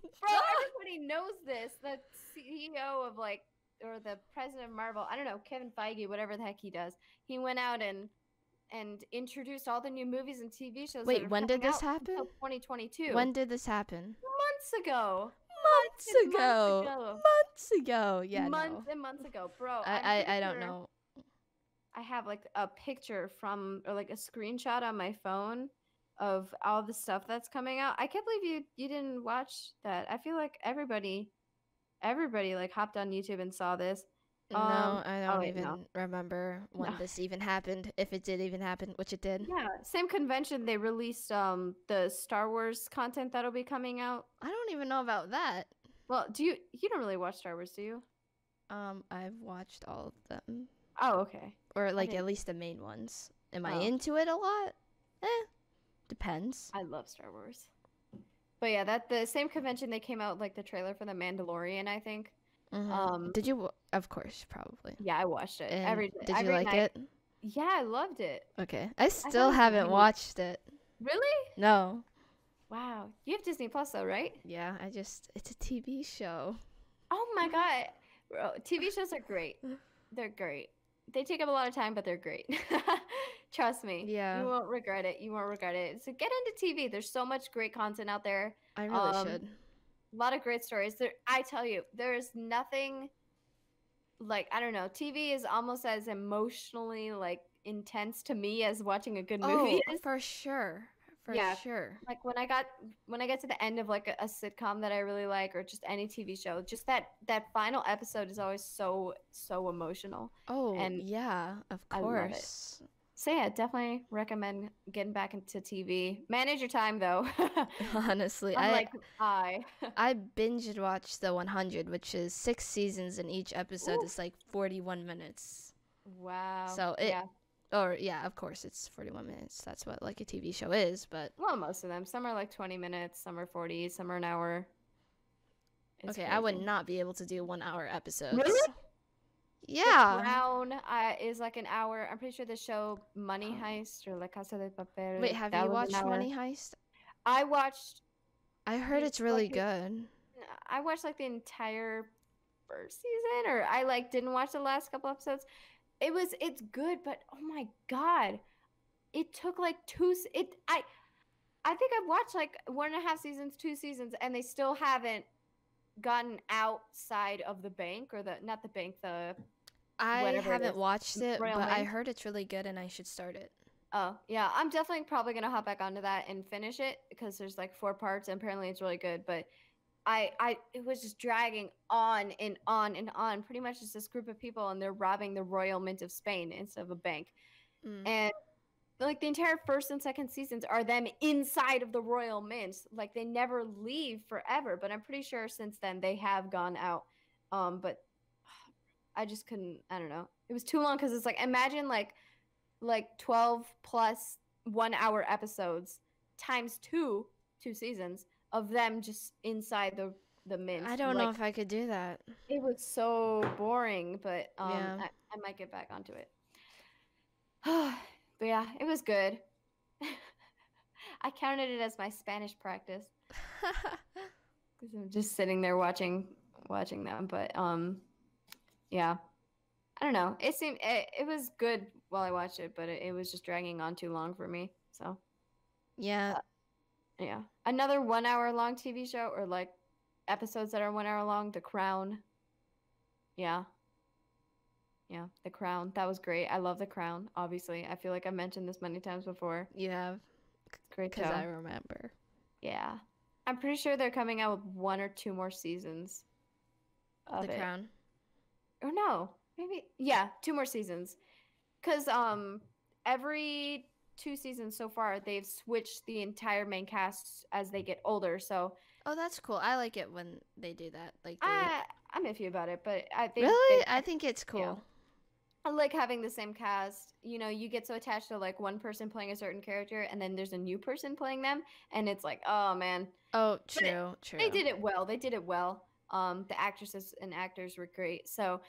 Speaker 1: Bro,
Speaker 2: Yeah.
Speaker 1: everybody knows this. The CEO of like, or the president of Marvel, I don't know, Kevin Feige, whatever the heck he does. He went out and and introduced all the new movies and TV shows.
Speaker 2: Wait, when did this
Speaker 1: Until
Speaker 2: happen?
Speaker 1: 2022.
Speaker 2: When did this happen?
Speaker 1: Months ago.
Speaker 2: Months
Speaker 1: Months
Speaker 2: ago.
Speaker 1: ago.
Speaker 2: Months ago. Yeah,
Speaker 1: months
Speaker 2: no.
Speaker 1: and months ago, bro. I'm
Speaker 2: I,
Speaker 1: pretty
Speaker 2: I I don't
Speaker 1: sure
Speaker 2: know.
Speaker 1: I have like a picture from or like a screenshot on my phone of all the stuff that's coming out. I can't believe you you didn't watch that. I feel like everybody everybody like hopped on YouTube and saw this.
Speaker 2: No,
Speaker 1: Um,
Speaker 2: I
Speaker 1: oh,
Speaker 2: don't
Speaker 1: wait,
Speaker 2: even
Speaker 1: no.
Speaker 2: remember when
Speaker 1: No.
Speaker 2: this even happened. If it did even happen, which it did.
Speaker 1: Yeah, same convention they released um the Star Wars content that'll be coming out.
Speaker 2: I don't even know about that.
Speaker 1: Well, do you you don't really watch Star Wars, do you?
Speaker 2: Um, I've watched all of them,
Speaker 1: Oh, okay.
Speaker 2: or like
Speaker 1: didn't-
Speaker 2: at least the main ones. Am I
Speaker 1: Oh.
Speaker 2: into it a lot? Eh, depends.
Speaker 1: I love Star Wars. But yeah, that the same convention they came out like the trailer for The Mandalorian, I think.
Speaker 2: Mhm.
Speaker 1: Um
Speaker 2: did you? wa- Of course, probably.
Speaker 1: yeah, I watched it.
Speaker 2: And
Speaker 1: every
Speaker 2: did you
Speaker 1: every
Speaker 2: like
Speaker 1: night.
Speaker 2: it?
Speaker 1: Yeah, I loved it.
Speaker 2: Okay, I
Speaker 1: it
Speaker 2: still
Speaker 1: was
Speaker 2: haven't
Speaker 1: really-
Speaker 2: watched it.
Speaker 1: Really?
Speaker 2: No.
Speaker 1: Wow. You have Disney Plus though, right?
Speaker 2: Yeah, I just it's a TV show.
Speaker 1: Oh my god. Bro, TV shows are great. They're great. They take up a lot of time, but they're great. Trust me.
Speaker 2: Yeah.
Speaker 1: You won't regret it. You won't regret it. So get into TV. There's so much great content out there.
Speaker 2: I really
Speaker 1: Um,
Speaker 2: should.
Speaker 1: A lot of great stories. There I tell you, there is nothing like I don't know. TV is almost as emotionally like intense to me as watching a good movie
Speaker 2: Oh,
Speaker 1: is.
Speaker 2: for sure. For
Speaker 1: Yeah.
Speaker 2: sure.
Speaker 1: like when I got when I get to the end of like a, a sitcom that I really like or just any TV show, just that that final episode is always so so emotional.
Speaker 2: Oh,
Speaker 1: and
Speaker 2: yeah, of
Speaker 1: I love it.
Speaker 2: course.
Speaker 1: So yeah, definitely recommend getting back into TV. Manage your time though.
Speaker 2: Honestly, I
Speaker 1: Unlike I.
Speaker 2: I binged watched the 100, which is six seasons, and each episode
Speaker 1: Ooh.
Speaker 2: is like 41 minutes.
Speaker 1: Wow.
Speaker 2: So it-
Speaker 1: yeah.
Speaker 2: Or yeah, of course it's 41 minutes. That's what like a TV show is. But
Speaker 1: Well, most of them. Some are like 20 minutes, some are 40, some are an hour. It's
Speaker 2: okay, I would
Speaker 1: crazy.
Speaker 2: not be able to do one hour episodes.
Speaker 1: The
Speaker 2: Yeah.
Speaker 1: Crown uh, is like an hour. I'm pretty sure the show Money Heist or La Casa de Papel.
Speaker 2: Oh. Wait, have
Speaker 1: that
Speaker 2: you
Speaker 1: was an
Speaker 2: watched
Speaker 1: hour.
Speaker 2: Money Heist?
Speaker 1: I watched
Speaker 2: I heard
Speaker 1: you
Speaker 2: it's really
Speaker 1: fucking-
Speaker 2: good.
Speaker 1: I watched like the entire first season, or I like didn't watch the last couple episodes. It was it's good, but oh my god, it took like two. s- It I I think I've watched like one and a half seasons, two seasons, and they still haven't gotten outside of the bank or the not the bank the
Speaker 2: I
Speaker 1: whatever it
Speaker 2: haven't
Speaker 1: is,
Speaker 2: watched it,
Speaker 1: Royal
Speaker 2: but I
Speaker 1: Mint.
Speaker 2: heard it's really good and I should start it.
Speaker 1: Oh, yeah. I'm definitely probably going to hop back onto that and finish it because there's like four parts and apparently it's really good, but I I it was just dragging on and on and on. Pretty much it's this group of people and they're robbing the Royal Mint of Spain instead of a bank.
Speaker 2: Mm.
Speaker 1: And like the entire first and second seasons are them inside of the Royal Mint. Like they never leave forever, but I'm pretty sure since then they have gone out. Um, but I just couldn't. I don't know. It was too long because it's like imagine like like 12 plus one hour episodes times two two seasons of them just inside the the mint.
Speaker 2: I don't know
Speaker 1: Like,
Speaker 2: if I could do that.
Speaker 1: it was so boring, but um,
Speaker 2: Yeah.
Speaker 1: I, I might get back onto it. but yeah, it was good. I counted it as my Spanish practice because I'm just sitting there watching watching them. But um, yeah, I don't know. It seemed it, it was good while I watched it, but it, it was just dragging on too long for me. So
Speaker 2: yeah.
Speaker 1: Uh, yeah, another one hour long TV show or like episodes that are one hour long. The Crown. Yeah. Yeah, The Crown. That was great. I love The Crown. Obviously, I feel like I mentioned this many times before.
Speaker 2: You have
Speaker 1: It's a great show.
Speaker 2: because I remember.
Speaker 1: Yeah, I'm pretty sure they're coming out with one or two more seasons. Of
Speaker 2: the
Speaker 1: it.
Speaker 2: crown.
Speaker 1: or no maybe yeah two more seasons because um every two seasons so far they've switched the entire main cast as they get older so
Speaker 2: Oh, that's cool. I like it when they do that. Like they,
Speaker 1: i i'm iffy about it but i think
Speaker 2: really,
Speaker 1: Ah, they-
Speaker 2: I think it's cool.
Speaker 1: I like having the same cast you know you get so attached to like one person playing a certain character and then there's a new person playing them and it's like oh man
Speaker 2: Oh,
Speaker 1: But it-
Speaker 2: true, true.
Speaker 1: They did it well. They did it well. Um, the actresses and actors were great. So,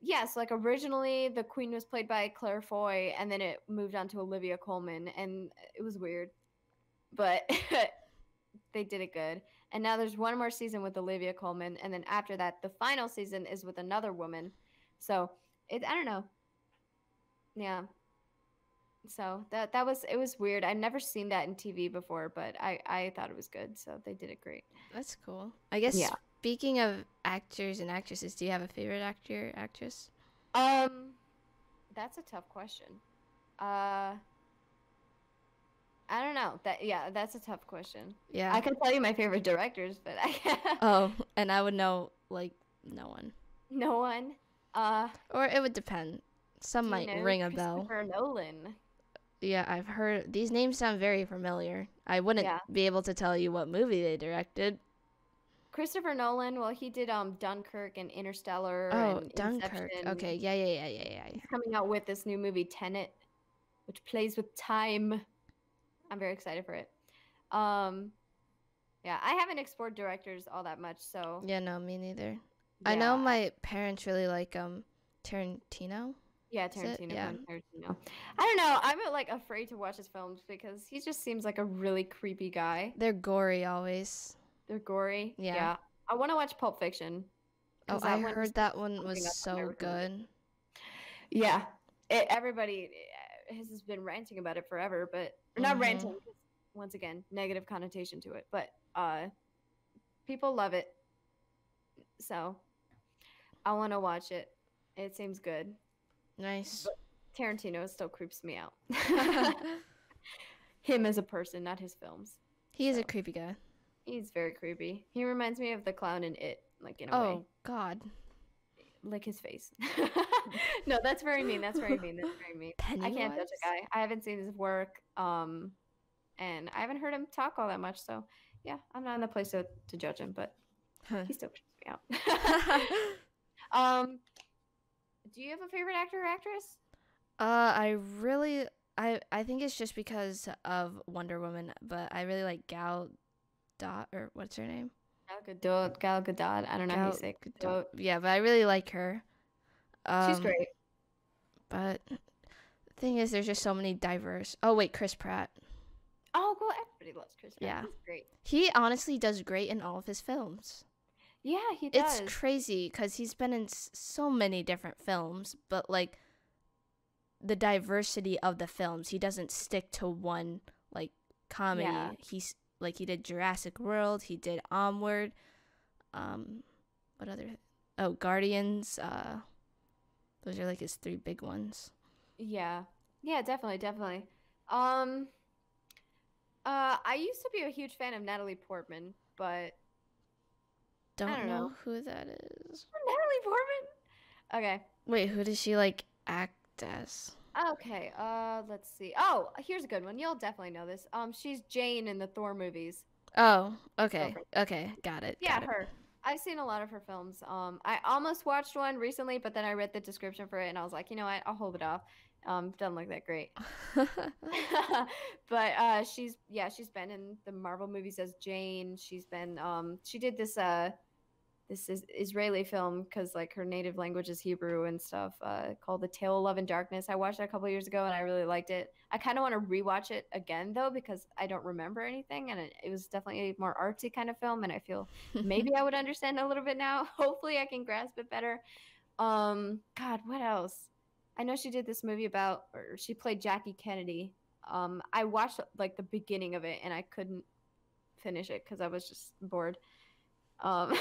Speaker 1: yes, like originally the queen was played by Claire Foy, and then it moved on to Olivia Colman, and it was weird, but they did it good. And now there's one more season with Olivia Colman, and then after that, the final season is with another woman. So, it I don't know. Yeah. So that that was it was weird. I'd never seen that in TV before, but I I thought it was good. So they did it great.
Speaker 2: That's cool. I guess.
Speaker 1: Yeah.
Speaker 2: Speaking of actors and actresses, do you have a favorite actor, actress?
Speaker 1: Um, that's a tough question. Uh, I don't know. That yeah, that's a tough question.
Speaker 2: Yeah.
Speaker 1: I can tell you my favorite directors, but I
Speaker 2: oh, and I would know like no one,
Speaker 1: no one. Uh,
Speaker 2: or it would depend.
Speaker 1: do
Speaker 2: Some
Speaker 1: you
Speaker 2: might
Speaker 1: know
Speaker 2: ring a bell.
Speaker 1: Christopher Nolan.
Speaker 2: Yeah, I've heard these names sound very familiar. I wouldn't
Speaker 1: Yeah.
Speaker 2: be able to tell you what movie they directed.
Speaker 1: Christopher Nolan. Well, he did um Dunkirk and Interstellar.
Speaker 2: Oh,
Speaker 1: and
Speaker 2: Dunkirk.
Speaker 1: Inception.
Speaker 2: Okay, yeah, yeah, yeah, yeah, yeah, yeah.
Speaker 1: He's coming out with this new movie Tenet, which plays with time. I'm very excited for it. Um, yeah, I haven't explored directors all that much, so
Speaker 2: Yeah, no, me neither. I know
Speaker 1: yeah,
Speaker 2: my parents really like um Tarantino.
Speaker 1: Yeah,
Speaker 2: Is it?
Speaker 1: Tarantino.
Speaker 2: Yeah.
Speaker 1: Quentin Tarantino. I don't know. I'm uh, like afraid to watch his films because he just seems like a really creepy guy.
Speaker 2: They're gory always.
Speaker 1: They're gory.
Speaker 2: Yeah.
Speaker 1: I want to watch Pulp Fiction.
Speaker 2: Oh,
Speaker 1: 'cause that
Speaker 2: I
Speaker 1: one
Speaker 2: heard
Speaker 1: is-
Speaker 2: that one
Speaker 1: something
Speaker 2: was
Speaker 1: I've never
Speaker 2: so
Speaker 1: heard.
Speaker 2: good.
Speaker 1: Yeah. It, everybody uh, has been ranting about it forever, but or not
Speaker 2: Mhm.
Speaker 1: ranting. 'cause, Once again, negative connotation to it, but uh, people love it. So I want to watch it. It seems good.
Speaker 2: Nice.
Speaker 1: Tarantino still creeps me out. Him as a person, not his films.
Speaker 2: he is a
Speaker 1: So.
Speaker 2: creepy guy.
Speaker 1: He's very creepy. He reminds me of the clown in It, like in a way,
Speaker 2: Oh God,
Speaker 1: like his face. no, that's very mean. That's very mean. That's very mean.
Speaker 2: Pennywise.
Speaker 1: I can't judge a guy. I haven't seen his work, um, and I haven't heard him talk all that much. So, yeah, I'm not in the place to, to judge him, but
Speaker 2: Huh.
Speaker 1: he still creeps me out. um, do you have a favorite actor or actress?
Speaker 2: Uh, I really, I, I think it's just because of Wonder Woman, but I really like Gal, Dot or what's her name?
Speaker 1: Gal Gadot. Gal Gadot. I don't know how you
Speaker 2: Gal
Speaker 1: say it.
Speaker 2: Gadot. Yeah, but I really like her. Um,
Speaker 1: She's great.
Speaker 2: But thing is, there's just so many diverse. Oh wait, Chris Pratt.
Speaker 1: Oh, cool. but he loves Chris
Speaker 2: Yeah.
Speaker 1: Evans. He's great.
Speaker 2: He honestly does great in all of his films.
Speaker 1: Yeah, he does.
Speaker 2: It's crazy because he's been in s- so many different films, but like the diversity of the films, he doesn't stick to one like comedy.
Speaker 1: Yeah.
Speaker 2: He's like he did Jurassic World, he did Onward, um, what other? Oh, Guardians. Uh, those are like his three big ones.
Speaker 1: yeah. Yeah, definitely, definitely. Um uh I used to be a huge fan of Natalie Portman, but
Speaker 2: Don't,
Speaker 1: don't
Speaker 2: know.
Speaker 1: know.
Speaker 2: who that is.
Speaker 1: Natalie Oh, Portman? Okay.
Speaker 2: Wait, who does she like act as?
Speaker 1: Okay, uh let's see. Oh, here's a good one. You'll definitely know this. Um she's Jane in the Thor movies.
Speaker 2: Oh, okay,
Speaker 1: Girlfriend.
Speaker 2: okay, got it.
Speaker 1: Yeah,
Speaker 2: got it.
Speaker 1: her. I've seen a lot of her films. Um, I almost watched one recently, but then I read the description for it and I was like, you know what? I'll hold it off. Um, doesn't look that great. but uh, she's yeah, she's been in the Marvel movies as Jane. She's been um, she did this uh, this is Israeli film because like her native language is Hebrew and stuff uh, called The Tale of Love and Darkness. I watched that a couple years ago and I really liked it. I kind of want to rewatch it again though because I don't remember anything and it, it was definitely a more artsy kind of film and I feel maybe I would understand a little bit now. Hopefully, I can grasp it better. Um, God, what else? I know she did this movie about, or she played Jackie Kennedy. Um, I watched like the beginning of it and I couldn't finish it because I was just bored. Um,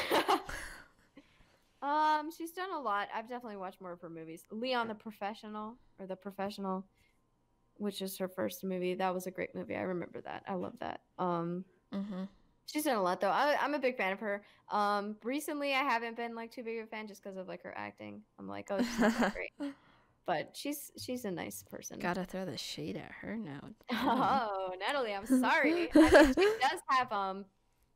Speaker 1: um, she's done a lot. I've definitely watched more of her movies. Leon the Professional or The Professional, which is her first movie. That was a great movie. I remember that. I love that. Um,
Speaker 2: hmm
Speaker 1: She's done a lot though. I, I'm a big fan of her. Um, recently I haven't been like too big of a fan just because of like her acting. I'm like, oh, she's not that great. But she's she's a nice person.
Speaker 2: Gotta throw the shade at her now. Damn.
Speaker 1: Oh, Natalie, I'm sorry. I mean, she does have um,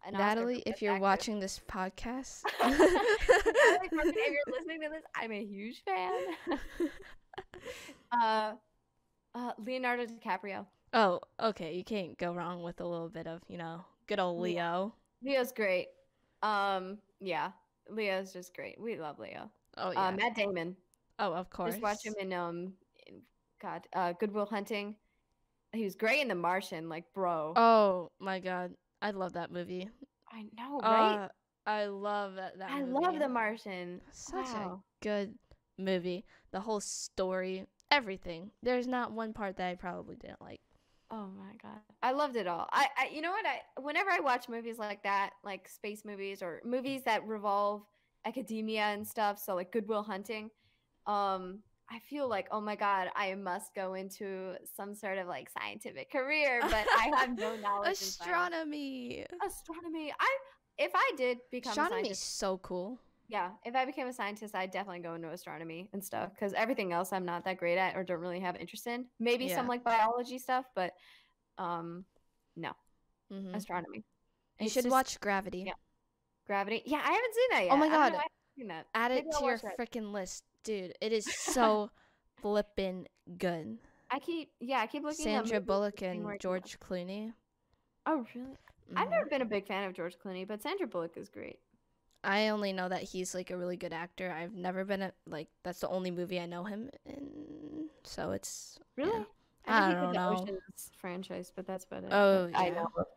Speaker 1: an Oscar
Speaker 2: Natalie,
Speaker 1: for
Speaker 2: if
Speaker 1: Best
Speaker 2: you're
Speaker 1: Actress.
Speaker 2: watching this podcast,
Speaker 1: Natalie Portman, if you're listening to this, I'm a huge fan. uh, uh, Leonardo DiCaprio.
Speaker 2: oh, okay, you can't go wrong with a little bit of you know good old Leo.
Speaker 1: Leo's great. Um, yeah, Leo's just great. We love Leo.
Speaker 2: Oh yeah.
Speaker 1: Uh, Matt Damon.
Speaker 2: oh, of course.
Speaker 1: Just watch him in um, in, God, uh, Goodwill Hunting. He was great in The Martian, like bro.
Speaker 2: oh my god, I love that movie.
Speaker 1: I know, right?
Speaker 2: Uh, I love that. that
Speaker 1: I
Speaker 2: movie.
Speaker 1: love The Martian.
Speaker 2: Such
Speaker 1: wow.
Speaker 2: a good movie. The whole story, everything. There's not one part that I probably didn't like.
Speaker 1: Oh my god, I loved it all. I, I, you know what? I whenever I watch movies like that, like space movies or movies that revolve academia and stuff, so like Goodwill Hunting, um, I feel like oh my god, I must go into some sort of like scientific career, but I have no knowledge. in science.
Speaker 2: Astronomy.
Speaker 1: astronomy. I if I did become a
Speaker 2: Astronomy is
Speaker 1: scientist,
Speaker 2: so cool.
Speaker 1: yeah, if I became a scientist, I'd definitely go into astronomy and stuff because everything else I'm not that great at or don't really have interest in. Maybe some
Speaker 2: Yeah.
Speaker 1: like biology stuff, but um,
Speaker 2: Mhm.
Speaker 1: astronomy.
Speaker 2: You
Speaker 1: It's
Speaker 2: should
Speaker 1: just
Speaker 2: watch Gravity.
Speaker 1: yeah. Gravity. Yeah, I haven't seen that yet.
Speaker 2: Oh my
Speaker 1: I don't know
Speaker 2: God.
Speaker 1: why I haven't seen that.
Speaker 2: Add it
Speaker 1: Maybe I'll
Speaker 2: to your
Speaker 1: watch that.
Speaker 2: freaking list, dude. It is so flippin' good.
Speaker 1: I keep yeah, I keep looking at
Speaker 2: Sandra
Speaker 1: movies
Speaker 2: Bullock
Speaker 1: seeing
Speaker 2: and
Speaker 1: where I can watch.
Speaker 2: George Clooney.
Speaker 1: Oh really? I've
Speaker 2: Mhm.
Speaker 1: never been a big fan of George Clooney, but Sandra Bullock is great.
Speaker 2: I only know that he's like a really good actor. I've never been a, like that's the only movie I know him in. So it's yeah.
Speaker 1: Really?
Speaker 2: I
Speaker 1: think he
Speaker 2: don't
Speaker 1: did
Speaker 2: know.
Speaker 1: the Ocean's franchise, but that's about it.
Speaker 2: Oh,
Speaker 1: I
Speaker 2: yeah.
Speaker 1: know. of.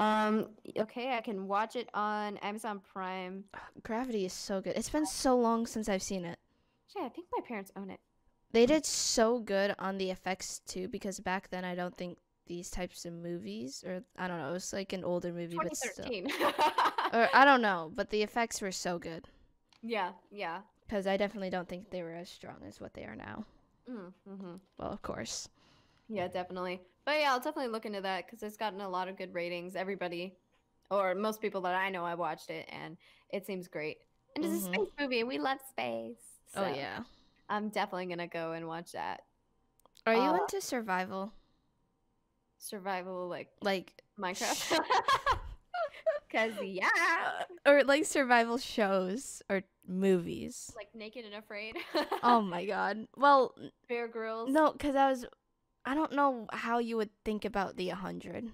Speaker 1: Um, okay, I can watch it on Amazon Prime.
Speaker 2: Gravity is so good. It's been so long since I've seen it.
Speaker 1: Shit, I think my parents own it.
Speaker 2: They did so good on the effects too, because back then I don't think these types of movies, or I don't know, it was like an older movie, but still, Oh.
Speaker 1: 2013.
Speaker 2: or I don't know, but the effects were so good.
Speaker 1: yeah, yeah.
Speaker 2: Because I definitely don't think they were as strong as what they are now.
Speaker 1: Mm, hmm
Speaker 2: Well, of course.
Speaker 1: Yeah, definitely. But yeah, I'll definitely look into that because it's gotten a lot of good ratings. Everybody, or most people that I know, I watched it and it seems great. And it's
Speaker 2: Mhm.
Speaker 1: a space movie, and we love space.
Speaker 2: oh
Speaker 1: so
Speaker 2: yeah.
Speaker 1: I'm definitely gonna go and watch that
Speaker 2: Are you
Speaker 1: uh,
Speaker 2: into survival?
Speaker 1: survival like
Speaker 2: Like
Speaker 1: Minecraft. Because yeah,
Speaker 2: or like survival shows or movies?
Speaker 1: like Naked and Afraid.
Speaker 2: oh my god. Well, n-
Speaker 1: Bear Grylls.
Speaker 2: no, cuz I was I don't know how you would think about the 100.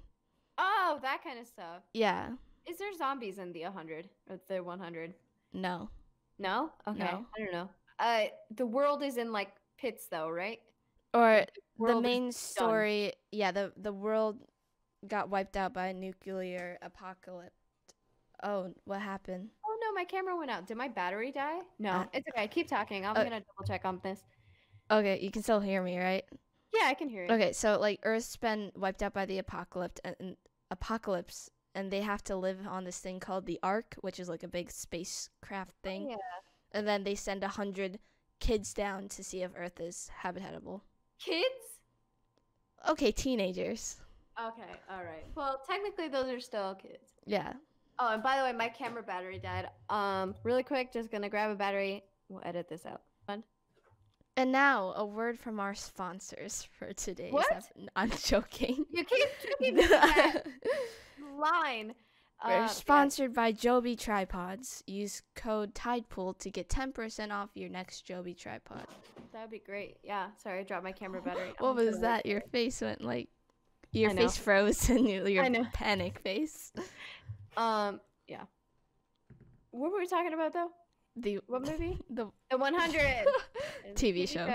Speaker 1: Oh, that kind of stuff.
Speaker 2: Yeah.
Speaker 1: Is there zombies in the 100 or the 100?
Speaker 2: No.
Speaker 1: No. Okay.
Speaker 2: No.
Speaker 1: I don't know. Uh, the world is in like pits though, right?
Speaker 2: Or
Speaker 1: World
Speaker 2: the
Speaker 1: is
Speaker 2: main story, yeah, the the world got wiped out by a nuclear apocalypse. Oh, what happened?
Speaker 1: Oh no, my camera went out. Did my battery die? No,
Speaker 2: Uh,
Speaker 1: it's okay. Keep talking. I'm
Speaker 2: uh,
Speaker 1: gonna double check on this.
Speaker 2: Okay, you can still hear me, right?
Speaker 1: Yeah, I can hear you.
Speaker 2: Okay, so like Earth's been wiped out by the apocalypse and, and apocalypse and they have to live on this thing called the Ark, which is like a big spacecraft thing.
Speaker 1: Oh, Yeah.
Speaker 2: And then they send a hundred kids down to see if Earth is habitable.
Speaker 1: Kids?
Speaker 2: Okay, teenagers.
Speaker 1: Okay, all right. Well, technically those are still kids.
Speaker 2: Yeah.
Speaker 1: Oh, and by the way, my camera battery died. Um, really quick, just gonna grab a battery. We'll edit this out. Fun.
Speaker 2: And now a word from our sponsors for today's
Speaker 1: What?
Speaker 2: ep- n- I'm joking.
Speaker 1: You keep keeping that
Speaker 2: We're
Speaker 1: line. Uh,
Speaker 2: sponsored by Joby Tripods. Use code TIDEPOOL to get 10% off your next Joby tripod.
Speaker 1: yeah, that'd be great. Yeah. Sorry, I dropped my camera battery. Oh,
Speaker 2: What was
Speaker 1: God.
Speaker 2: that? Your face went like your
Speaker 1: I know.
Speaker 2: face froze and your, your
Speaker 1: I know.
Speaker 2: panic face.
Speaker 1: Um. Yeah. What were we talking about though?
Speaker 2: The
Speaker 1: What movie?
Speaker 2: the
Speaker 1: The 100
Speaker 2: TV show.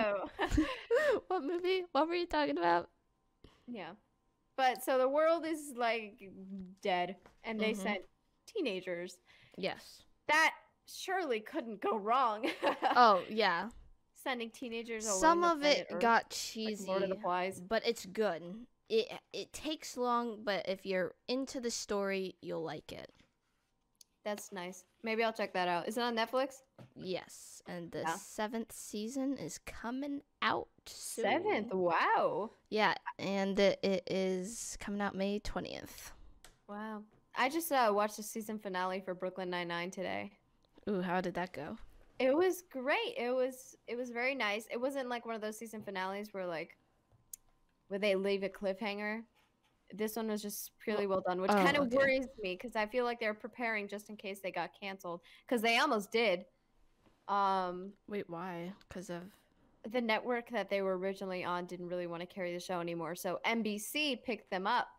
Speaker 2: what movie? What were you talking about?
Speaker 1: yeah. But so the world is like dead, and they
Speaker 2: Mhm.
Speaker 1: sent teenagers.
Speaker 2: Yes.
Speaker 1: That surely couldn't go wrong.
Speaker 2: Oh yeah.
Speaker 1: Sending teenagers. alone
Speaker 2: Some
Speaker 1: to
Speaker 2: of
Speaker 1: planet
Speaker 2: it
Speaker 1: Earth,
Speaker 2: got
Speaker 1: like
Speaker 2: cheesy,
Speaker 1: Lord of the Flies.
Speaker 2: but it's good. It it takes long, but if you're into the story, you'll like it.
Speaker 1: That's nice. Maybe I'll check that out. Is it on Netflix?
Speaker 2: Yes, and the
Speaker 1: Yeah.
Speaker 2: seventh season is coming out soon.
Speaker 1: Seventh. Wow.
Speaker 2: Yeah, and it, it is coming out May twentieth.
Speaker 1: Wow. I just uh, watched the season finale for Brooklyn Nine Nine today.
Speaker 2: Ooh, how did that go?
Speaker 1: It was great. It was it was very nice. It wasn't like one of those season finales where like where they leave a cliffhanger. This one was just purely well done, which
Speaker 2: oh,
Speaker 1: kind of
Speaker 2: okay.
Speaker 1: worries me because I feel like they're preparing just in case they got canceled because they almost did. Um,
Speaker 2: Wait, why? Because of
Speaker 1: the network that they were originally on didn't really want to carry the show anymore, so NBC picked them up.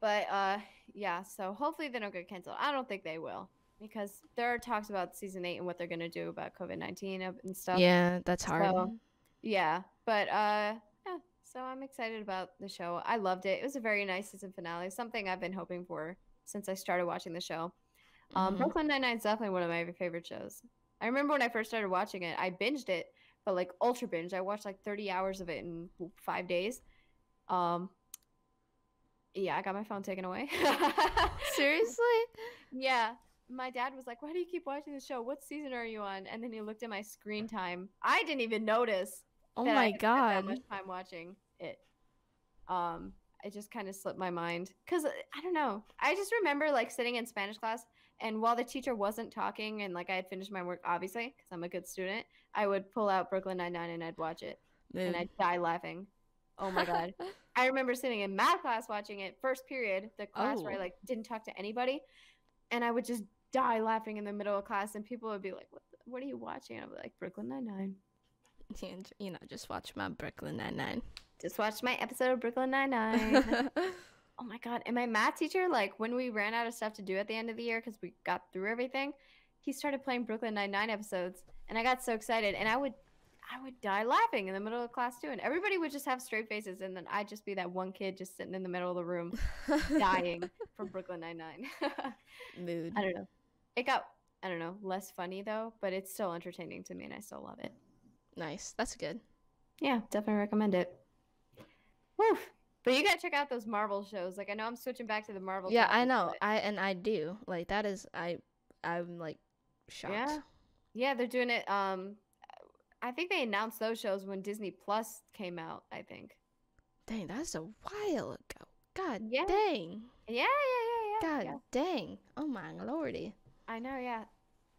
Speaker 1: But uh, yeah, so hopefully they don't get canceled. I don't think they will because there are talks about season eight and what they're gonna do about COVID nineteen and stuff.
Speaker 2: yeah, that's hard.
Speaker 1: So- um, Yeah, but uh, yeah. So I'm excited about the show. I loved it. It was a very nice season finale. Something I've been hoping for since I started watching the show. Um,
Speaker 2: Mhm.
Speaker 1: Brooklyn Nine Nine is definitely one of my favorite shows. I remember when I first started watching it, I binged it, but like ultra binge. I watched like 30 hours of it in w- five days. Um, yeah, I got my phone taken away.
Speaker 2: Seriously?
Speaker 1: Yeah. My dad was like, Why do you keep watching the show? What season are you on? And then he looked at my screen time. I didn't even notice.
Speaker 2: Oh
Speaker 1: that I
Speaker 2: my
Speaker 1: had spent that
Speaker 2: god.
Speaker 1: much time watching it. Um, it just kind of slipped my mind because I don't know. I just remember like sitting in Spanish class, and while the teacher wasn't talking, and like I had finished my work, obviously, because I'm a good student, I would pull out Brooklyn Nine Nine and I'd watch it, and I'd die laughing. Oh my god! I remember sitting in math class watching it, first period, the class where I
Speaker 2: Oh.
Speaker 1: like didn't talk to anybody, and I would just die laughing in the middle of class, and people would be like, "What? the- What are you watching?" And I'd be like, "Brooklyn Nine Nine.
Speaker 2: And, you know, just watch my Brooklyn Nine Nine.
Speaker 1: Just watched my episode of Brooklyn Nine Nine. Oh my god! And my math teacher, like when we ran out of stuff to do at the end of the year because we got through everything, he started playing Brooklyn Nine Nine episodes, and I got so excited, and I would, I would die laughing in the middle of class too, and everybody would just have straight faces, and then I'd just be that one kid just sitting in the middle of the room dying from Brooklyn Nine Nine.
Speaker 2: Mood.
Speaker 1: I don't know. It got I don't know less funny though, but it's still entertaining to me, and I still love it.
Speaker 2: Nice. That's good.
Speaker 1: Yeah, definitely recommend it. Woof. But you gotta check out those Marvel shows. Like I know I'm switching back to the Marvel.
Speaker 2: yeah,
Speaker 1: topic,
Speaker 2: I know.
Speaker 1: but-
Speaker 2: I and I do. Like that is I I'm like shocked.
Speaker 1: Yeah. Yeah, they're doing it. Um, I think they announced those shows when Disney Plus came out. I think.
Speaker 2: Dang, that's a while ago. God
Speaker 1: Yeah.
Speaker 2: dang.
Speaker 1: Yeah, yeah, yeah, yeah.
Speaker 2: God
Speaker 1: yeah.
Speaker 2: dang. Oh my lordy.
Speaker 1: I know. Yeah.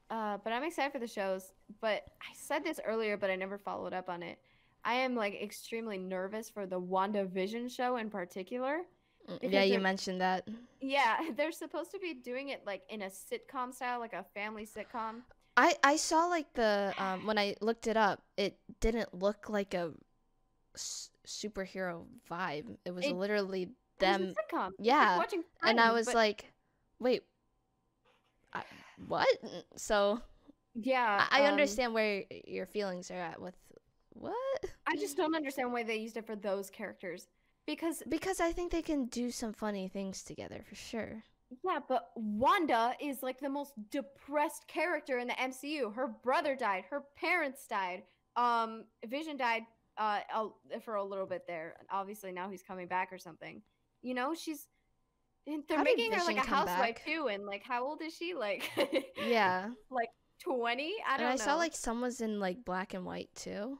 Speaker 1: Uh, but I'm excited for the shows. But I said this earlier, but I never followed up on it. I am like extremely nervous for the WandaVision show in particular.
Speaker 2: Mm,
Speaker 1: Because
Speaker 2: Yeah, you
Speaker 1: they're-
Speaker 2: mentioned that.
Speaker 1: Yeah, they're supposed to be doing it like in a sitcom style, like a family sitcom.
Speaker 2: I I saw like the um when I looked it up, it didn't look like a s- superhero vibe. It was
Speaker 1: It-
Speaker 2: literally
Speaker 1: It was a
Speaker 2: them,
Speaker 1: sitcom. It's like
Speaker 2: yeah,
Speaker 1: watching
Speaker 2: and I
Speaker 1: Friends,
Speaker 2: was
Speaker 1: but-
Speaker 2: like, wait, I, what? So
Speaker 1: yeah,
Speaker 2: I, I
Speaker 1: um,
Speaker 2: understand where y- your feelings are at with what?
Speaker 1: I just don't understand why they used it for those characters. because
Speaker 2: Because I think they can do some funny things together for sure.
Speaker 1: yeah, but Wanda is like the most depressed character in the MCU. Her brother died, her parents died. Um Vision died uh a- for a little bit there. Obviously now he's coming back or something. You know, she's and they're
Speaker 2: How did
Speaker 1: making her like a
Speaker 2: Vision come
Speaker 1: housewife
Speaker 2: back?
Speaker 1: too and like how old is she? Like
Speaker 2: Yeah.
Speaker 1: 20? I don't
Speaker 2: and
Speaker 1: know.
Speaker 2: I saw like someone's in like black and white too.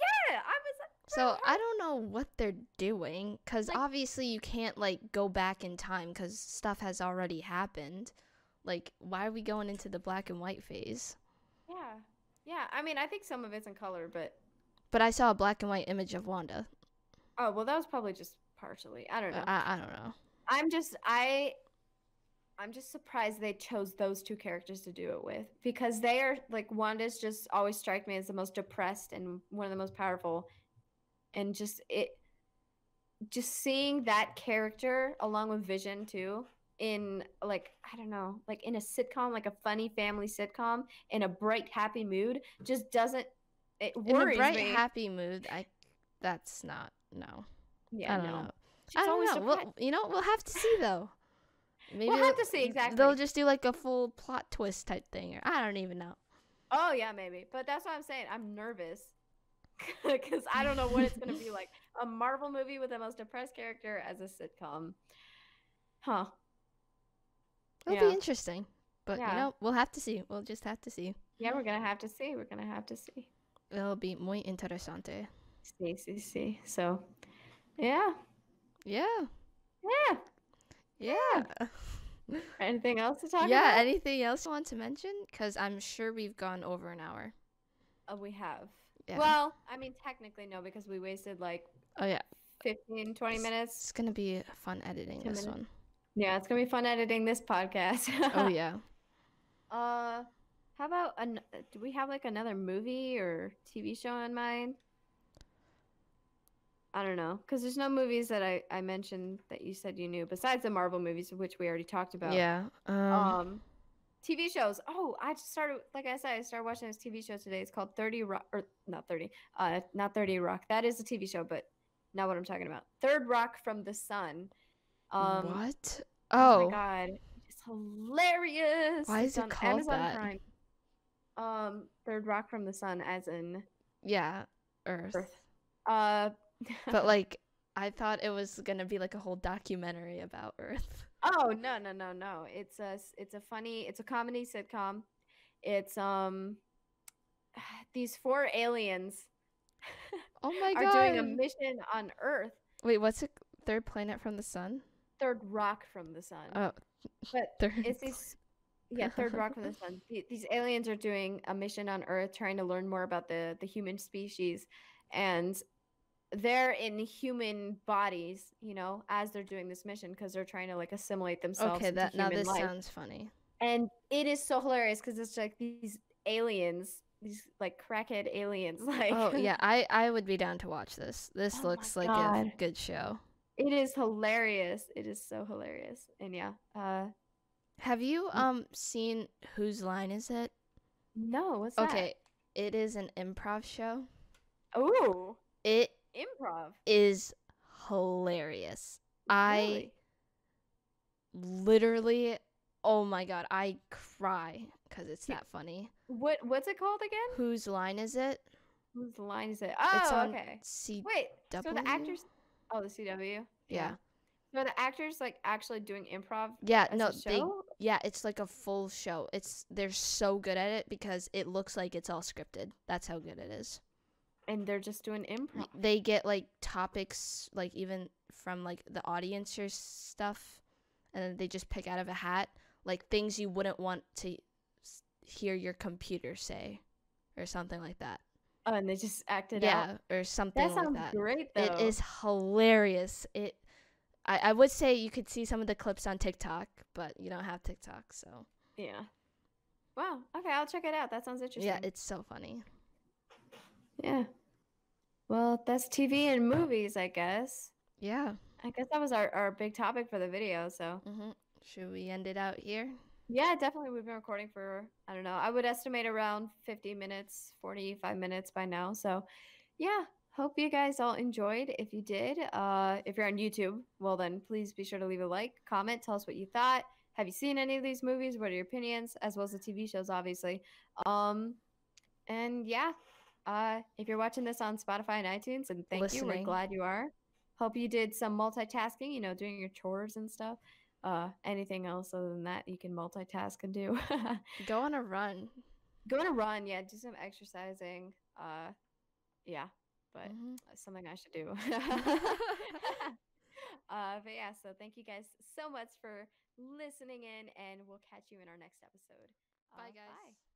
Speaker 1: yeah, I was
Speaker 2: So I don't know what they're doing cuz
Speaker 1: Like-
Speaker 2: obviously you can't like go back in time cuz stuff has already happened. Like why are we going into the black and white phase?
Speaker 1: Yeah. Yeah. I mean, I think some of it's in color, but
Speaker 2: But I saw a black and white image of Wanda.
Speaker 1: oh, well, that was probably just partially. I don't know.
Speaker 2: Uh, I, I don't know.
Speaker 1: I'm just I I'm just surprised they chose those two characters to do it with because they are like Wanda's just always strike me as the most depressed and one of the most powerful and just it just seeing that character along with Vision too in like I don't know like in a sitcom like a funny family sitcom in a bright happy mood just doesn't it
Speaker 2: In
Speaker 1: worries
Speaker 2: a bright
Speaker 1: me.
Speaker 2: happy mood, I that's not no.
Speaker 1: yeah,
Speaker 2: I don't
Speaker 1: no.
Speaker 2: know.
Speaker 1: She's
Speaker 2: I don't
Speaker 1: always
Speaker 2: know.
Speaker 1: depressed.
Speaker 2: We'll, you know, we'll have to see though. Maybe
Speaker 1: We'll have
Speaker 2: they'll-
Speaker 1: to see exactly.
Speaker 2: They'll just do like a full plot twist type thing or I don't even know.
Speaker 1: Oh yeah, maybe. But that's what I'm saying. I'm nervous because I don't know what it's gonna be like. A Marvel movie with the most depressed character as a sitcom, huh?
Speaker 2: It'll
Speaker 1: Yeah.
Speaker 2: be interesting. But
Speaker 1: Yeah.
Speaker 2: you know, we'll have to see. We'll just have to see.
Speaker 1: Yeah, we're gonna have to see. We're gonna have to see.
Speaker 2: It'll be muy interesante.
Speaker 1: See, see, see. So, yeah,
Speaker 2: Yeah.
Speaker 1: yeah.
Speaker 2: Yeah.
Speaker 1: Anything else to talk
Speaker 2: yeah.
Speaker 1: about?
Speaker 2: Anything else you want to mention? Because I'm sure we've gone over an hour.
Speaker 1: Uh, we have.
Speaker 2: Yeah.
Speaker 1: Well, I mean, technically no, because we wasted like
Speaker 2: Oh yeah.
Speaker 1: 15, 20
Speaker 2: S-
Speaker 1: minutes.
Speaker 2: It's gonna be fun editing
Speaker 1: Ten
Speaker 2: this
Speaker 1: minutes.
Speaker 2: one.
Speaker 1: Yeah, it's gonna be fun editing this podcast.
Speaker 2: Oh yeah.
Speaker 1: Uh, how about an? Do we have like another movie or TV show in mind? I don't know, cause there's no movies that I I mentioned that you said you knew besides the Marvel movies, which we already talked about.
Speaker 2: Yeah. Um,
Speaker 1: Um, TV shows. Oh, I just started. Like I said, I started watching this TV show today. It's called Thirty Rock, or not Thirty. Uh, not Thirty Rock. That is a TV show, but not what I'm talking about. Third Rock from the Sun. Um,
Speaker 2: what?
Speaker 1: Oh
Speaker 2: Oh.
Speaker 1: my god, it's hilarious.
Speaker 2: Why
Speaker 1: It's
Speaker 2: is it
Speaker 1: on
Speaker 2: called
Speaker 1: Amazon
Speaker 2: that?
Speaker 1: Prime. Um, Third Rock from the Sun, as in
Speaker 2: yeah. Earth.
Speaker 1: Earth. uh.
Speaker 2: But like, I thought it was gonna be like a whole documentary about Earth.
Speaker 1: oh no no no no! It's a s- it's a funny it's a comedy sitcom. It's um these four aliens
Speaker 2: Oh my
Speaker 1: are
Speaker 2: god.
Speaker 1: doing a mission on Earth,
Speaker 2: Wait, what's a third planet from the sun?
Speaker 1: third rock from the sun.
Speaker 2: Oh.
Speaker 1: But
Speaker 2: Third.
Speaker 1: it's these yeah third rock from the sun The- these aliens are doing a mission on earth trying to learn more about the the human species and they're in human bodies you know as they're doing this mission because they're trying to like assimilate themselves
Speaker 2: Okay,
Speaker 1: into
Speaker 2: that now
Speaker 1: human
Speaker 2: this
Speaker 1: life.
Speaker 2: sounds funny.
Speaker 1: and it is so hilarious because it's like these aliens these like crackhead aliens like
Speaker 2: Oh yeah, I I would be down to watch this. This
Speaker 1: Oh my
Speaker 2: looks like a
Speaker 1: God.
Speaker 2: good show.
Speaker 1: it is hilarious it is so hilarious and yeah uh
Speaker 2: Have you
Speaker 1: Mm.
Speaker 2: um seen whose line is it?
Speaker 1: no what's
Speaker 2: Okay, it is an improv show.
Speaker 1: that oh
Speaker 2: It
Speaker 1: improv
Speaker 2: is hilarious. I
Speaker 1: really.
Speaker 2: literally, oh my god, I cry because it's that funny.
Speaker 1: what what's it called again
Speaker 2: Whose line is it?
Speaker 1: Whose line is it? Oh,
Speaker 2: on
Speaker 1: okay.
Speaker 2: C.
Speaker 1: Wait, so
Speaker 2: W?
Speaker 1: the actors? Oh, the CW.
Speaker 2: Yeah.
Speaker 1: So the actors like actually doing improv.
Speaker 2: Yeah,
Speaker 1: as
Speaker 2: no,
Speaker 1: a
Speaker 2: they
Speaker 1: show?
Speaker 2: Yeah, it's like a full show. It's they're so good at it because it looks like it's all scripted. That's how good it is.
Speaker 1: and they're just doing improv.
Speaker 2: Y- They get like topics like even from like the audience or stuff and then they just pick out of a hat like things you wouldn't want to s- hear your computer say or something like that.
Speaker 1: Oh, and they just acted
Speaker 2: yeah,
Speaker 1: out.
Speaker 2: or something
Speaker 1: That
Speaker 2: like
Speaker 1: sounds
Speaker 2: that.
Speaker 1: great though.
Speaker 2: It is hilarious. It I, I would say you could see some of the clips on TikTok, but you don't have TikTok, so
Speaker 1: Yeah. Wow. Okay, I'll check it out. That sounds interesting.
Speaker 2: yeah, it's so funny.
Speaker 1: yeah. Well, that's TV and movies, I guess.
Speaker 2: Yeah.
Speaker 1: I guess that was our, our big topic for the video. So
Speaker 2: Mm-hmm. Should we end it out here?
Speaker 1: yeah, definitely we've been recording for I don't know. I would estimate around fifty minutes, forty five minutes by now. So yeah. hope you guys all enjoyed. If you did, uh, if you're on YouTube, well then please be sure to leave a like, comment, tell us what you thought. Have you seen any of these movies? What are your opinions? As well as the TV shows, obviously. Um, and yeah, uh, if you're watching this on Spotify and iTunes, and thank you, we're
Speaker 2: Listening.
Speaker 1: glad you are. Hope you did some multitasking, you know, doing your chores and stuff. Uh, anything else other than that, you can multitask and do.
Speaker 2: Go on a run.
Speaker 1: Go on a run, yeah, do some exercising. Uh, yeah, but
Speaker 2: Mm-hmm.
Speaker 1: that's something I should do. uh, but yeah, so thank you guys so much for listening in, and we'll catch you in our next episode.
Speaker 2: Bye,
Speaker 1: Uh,
Speaker 2: guys.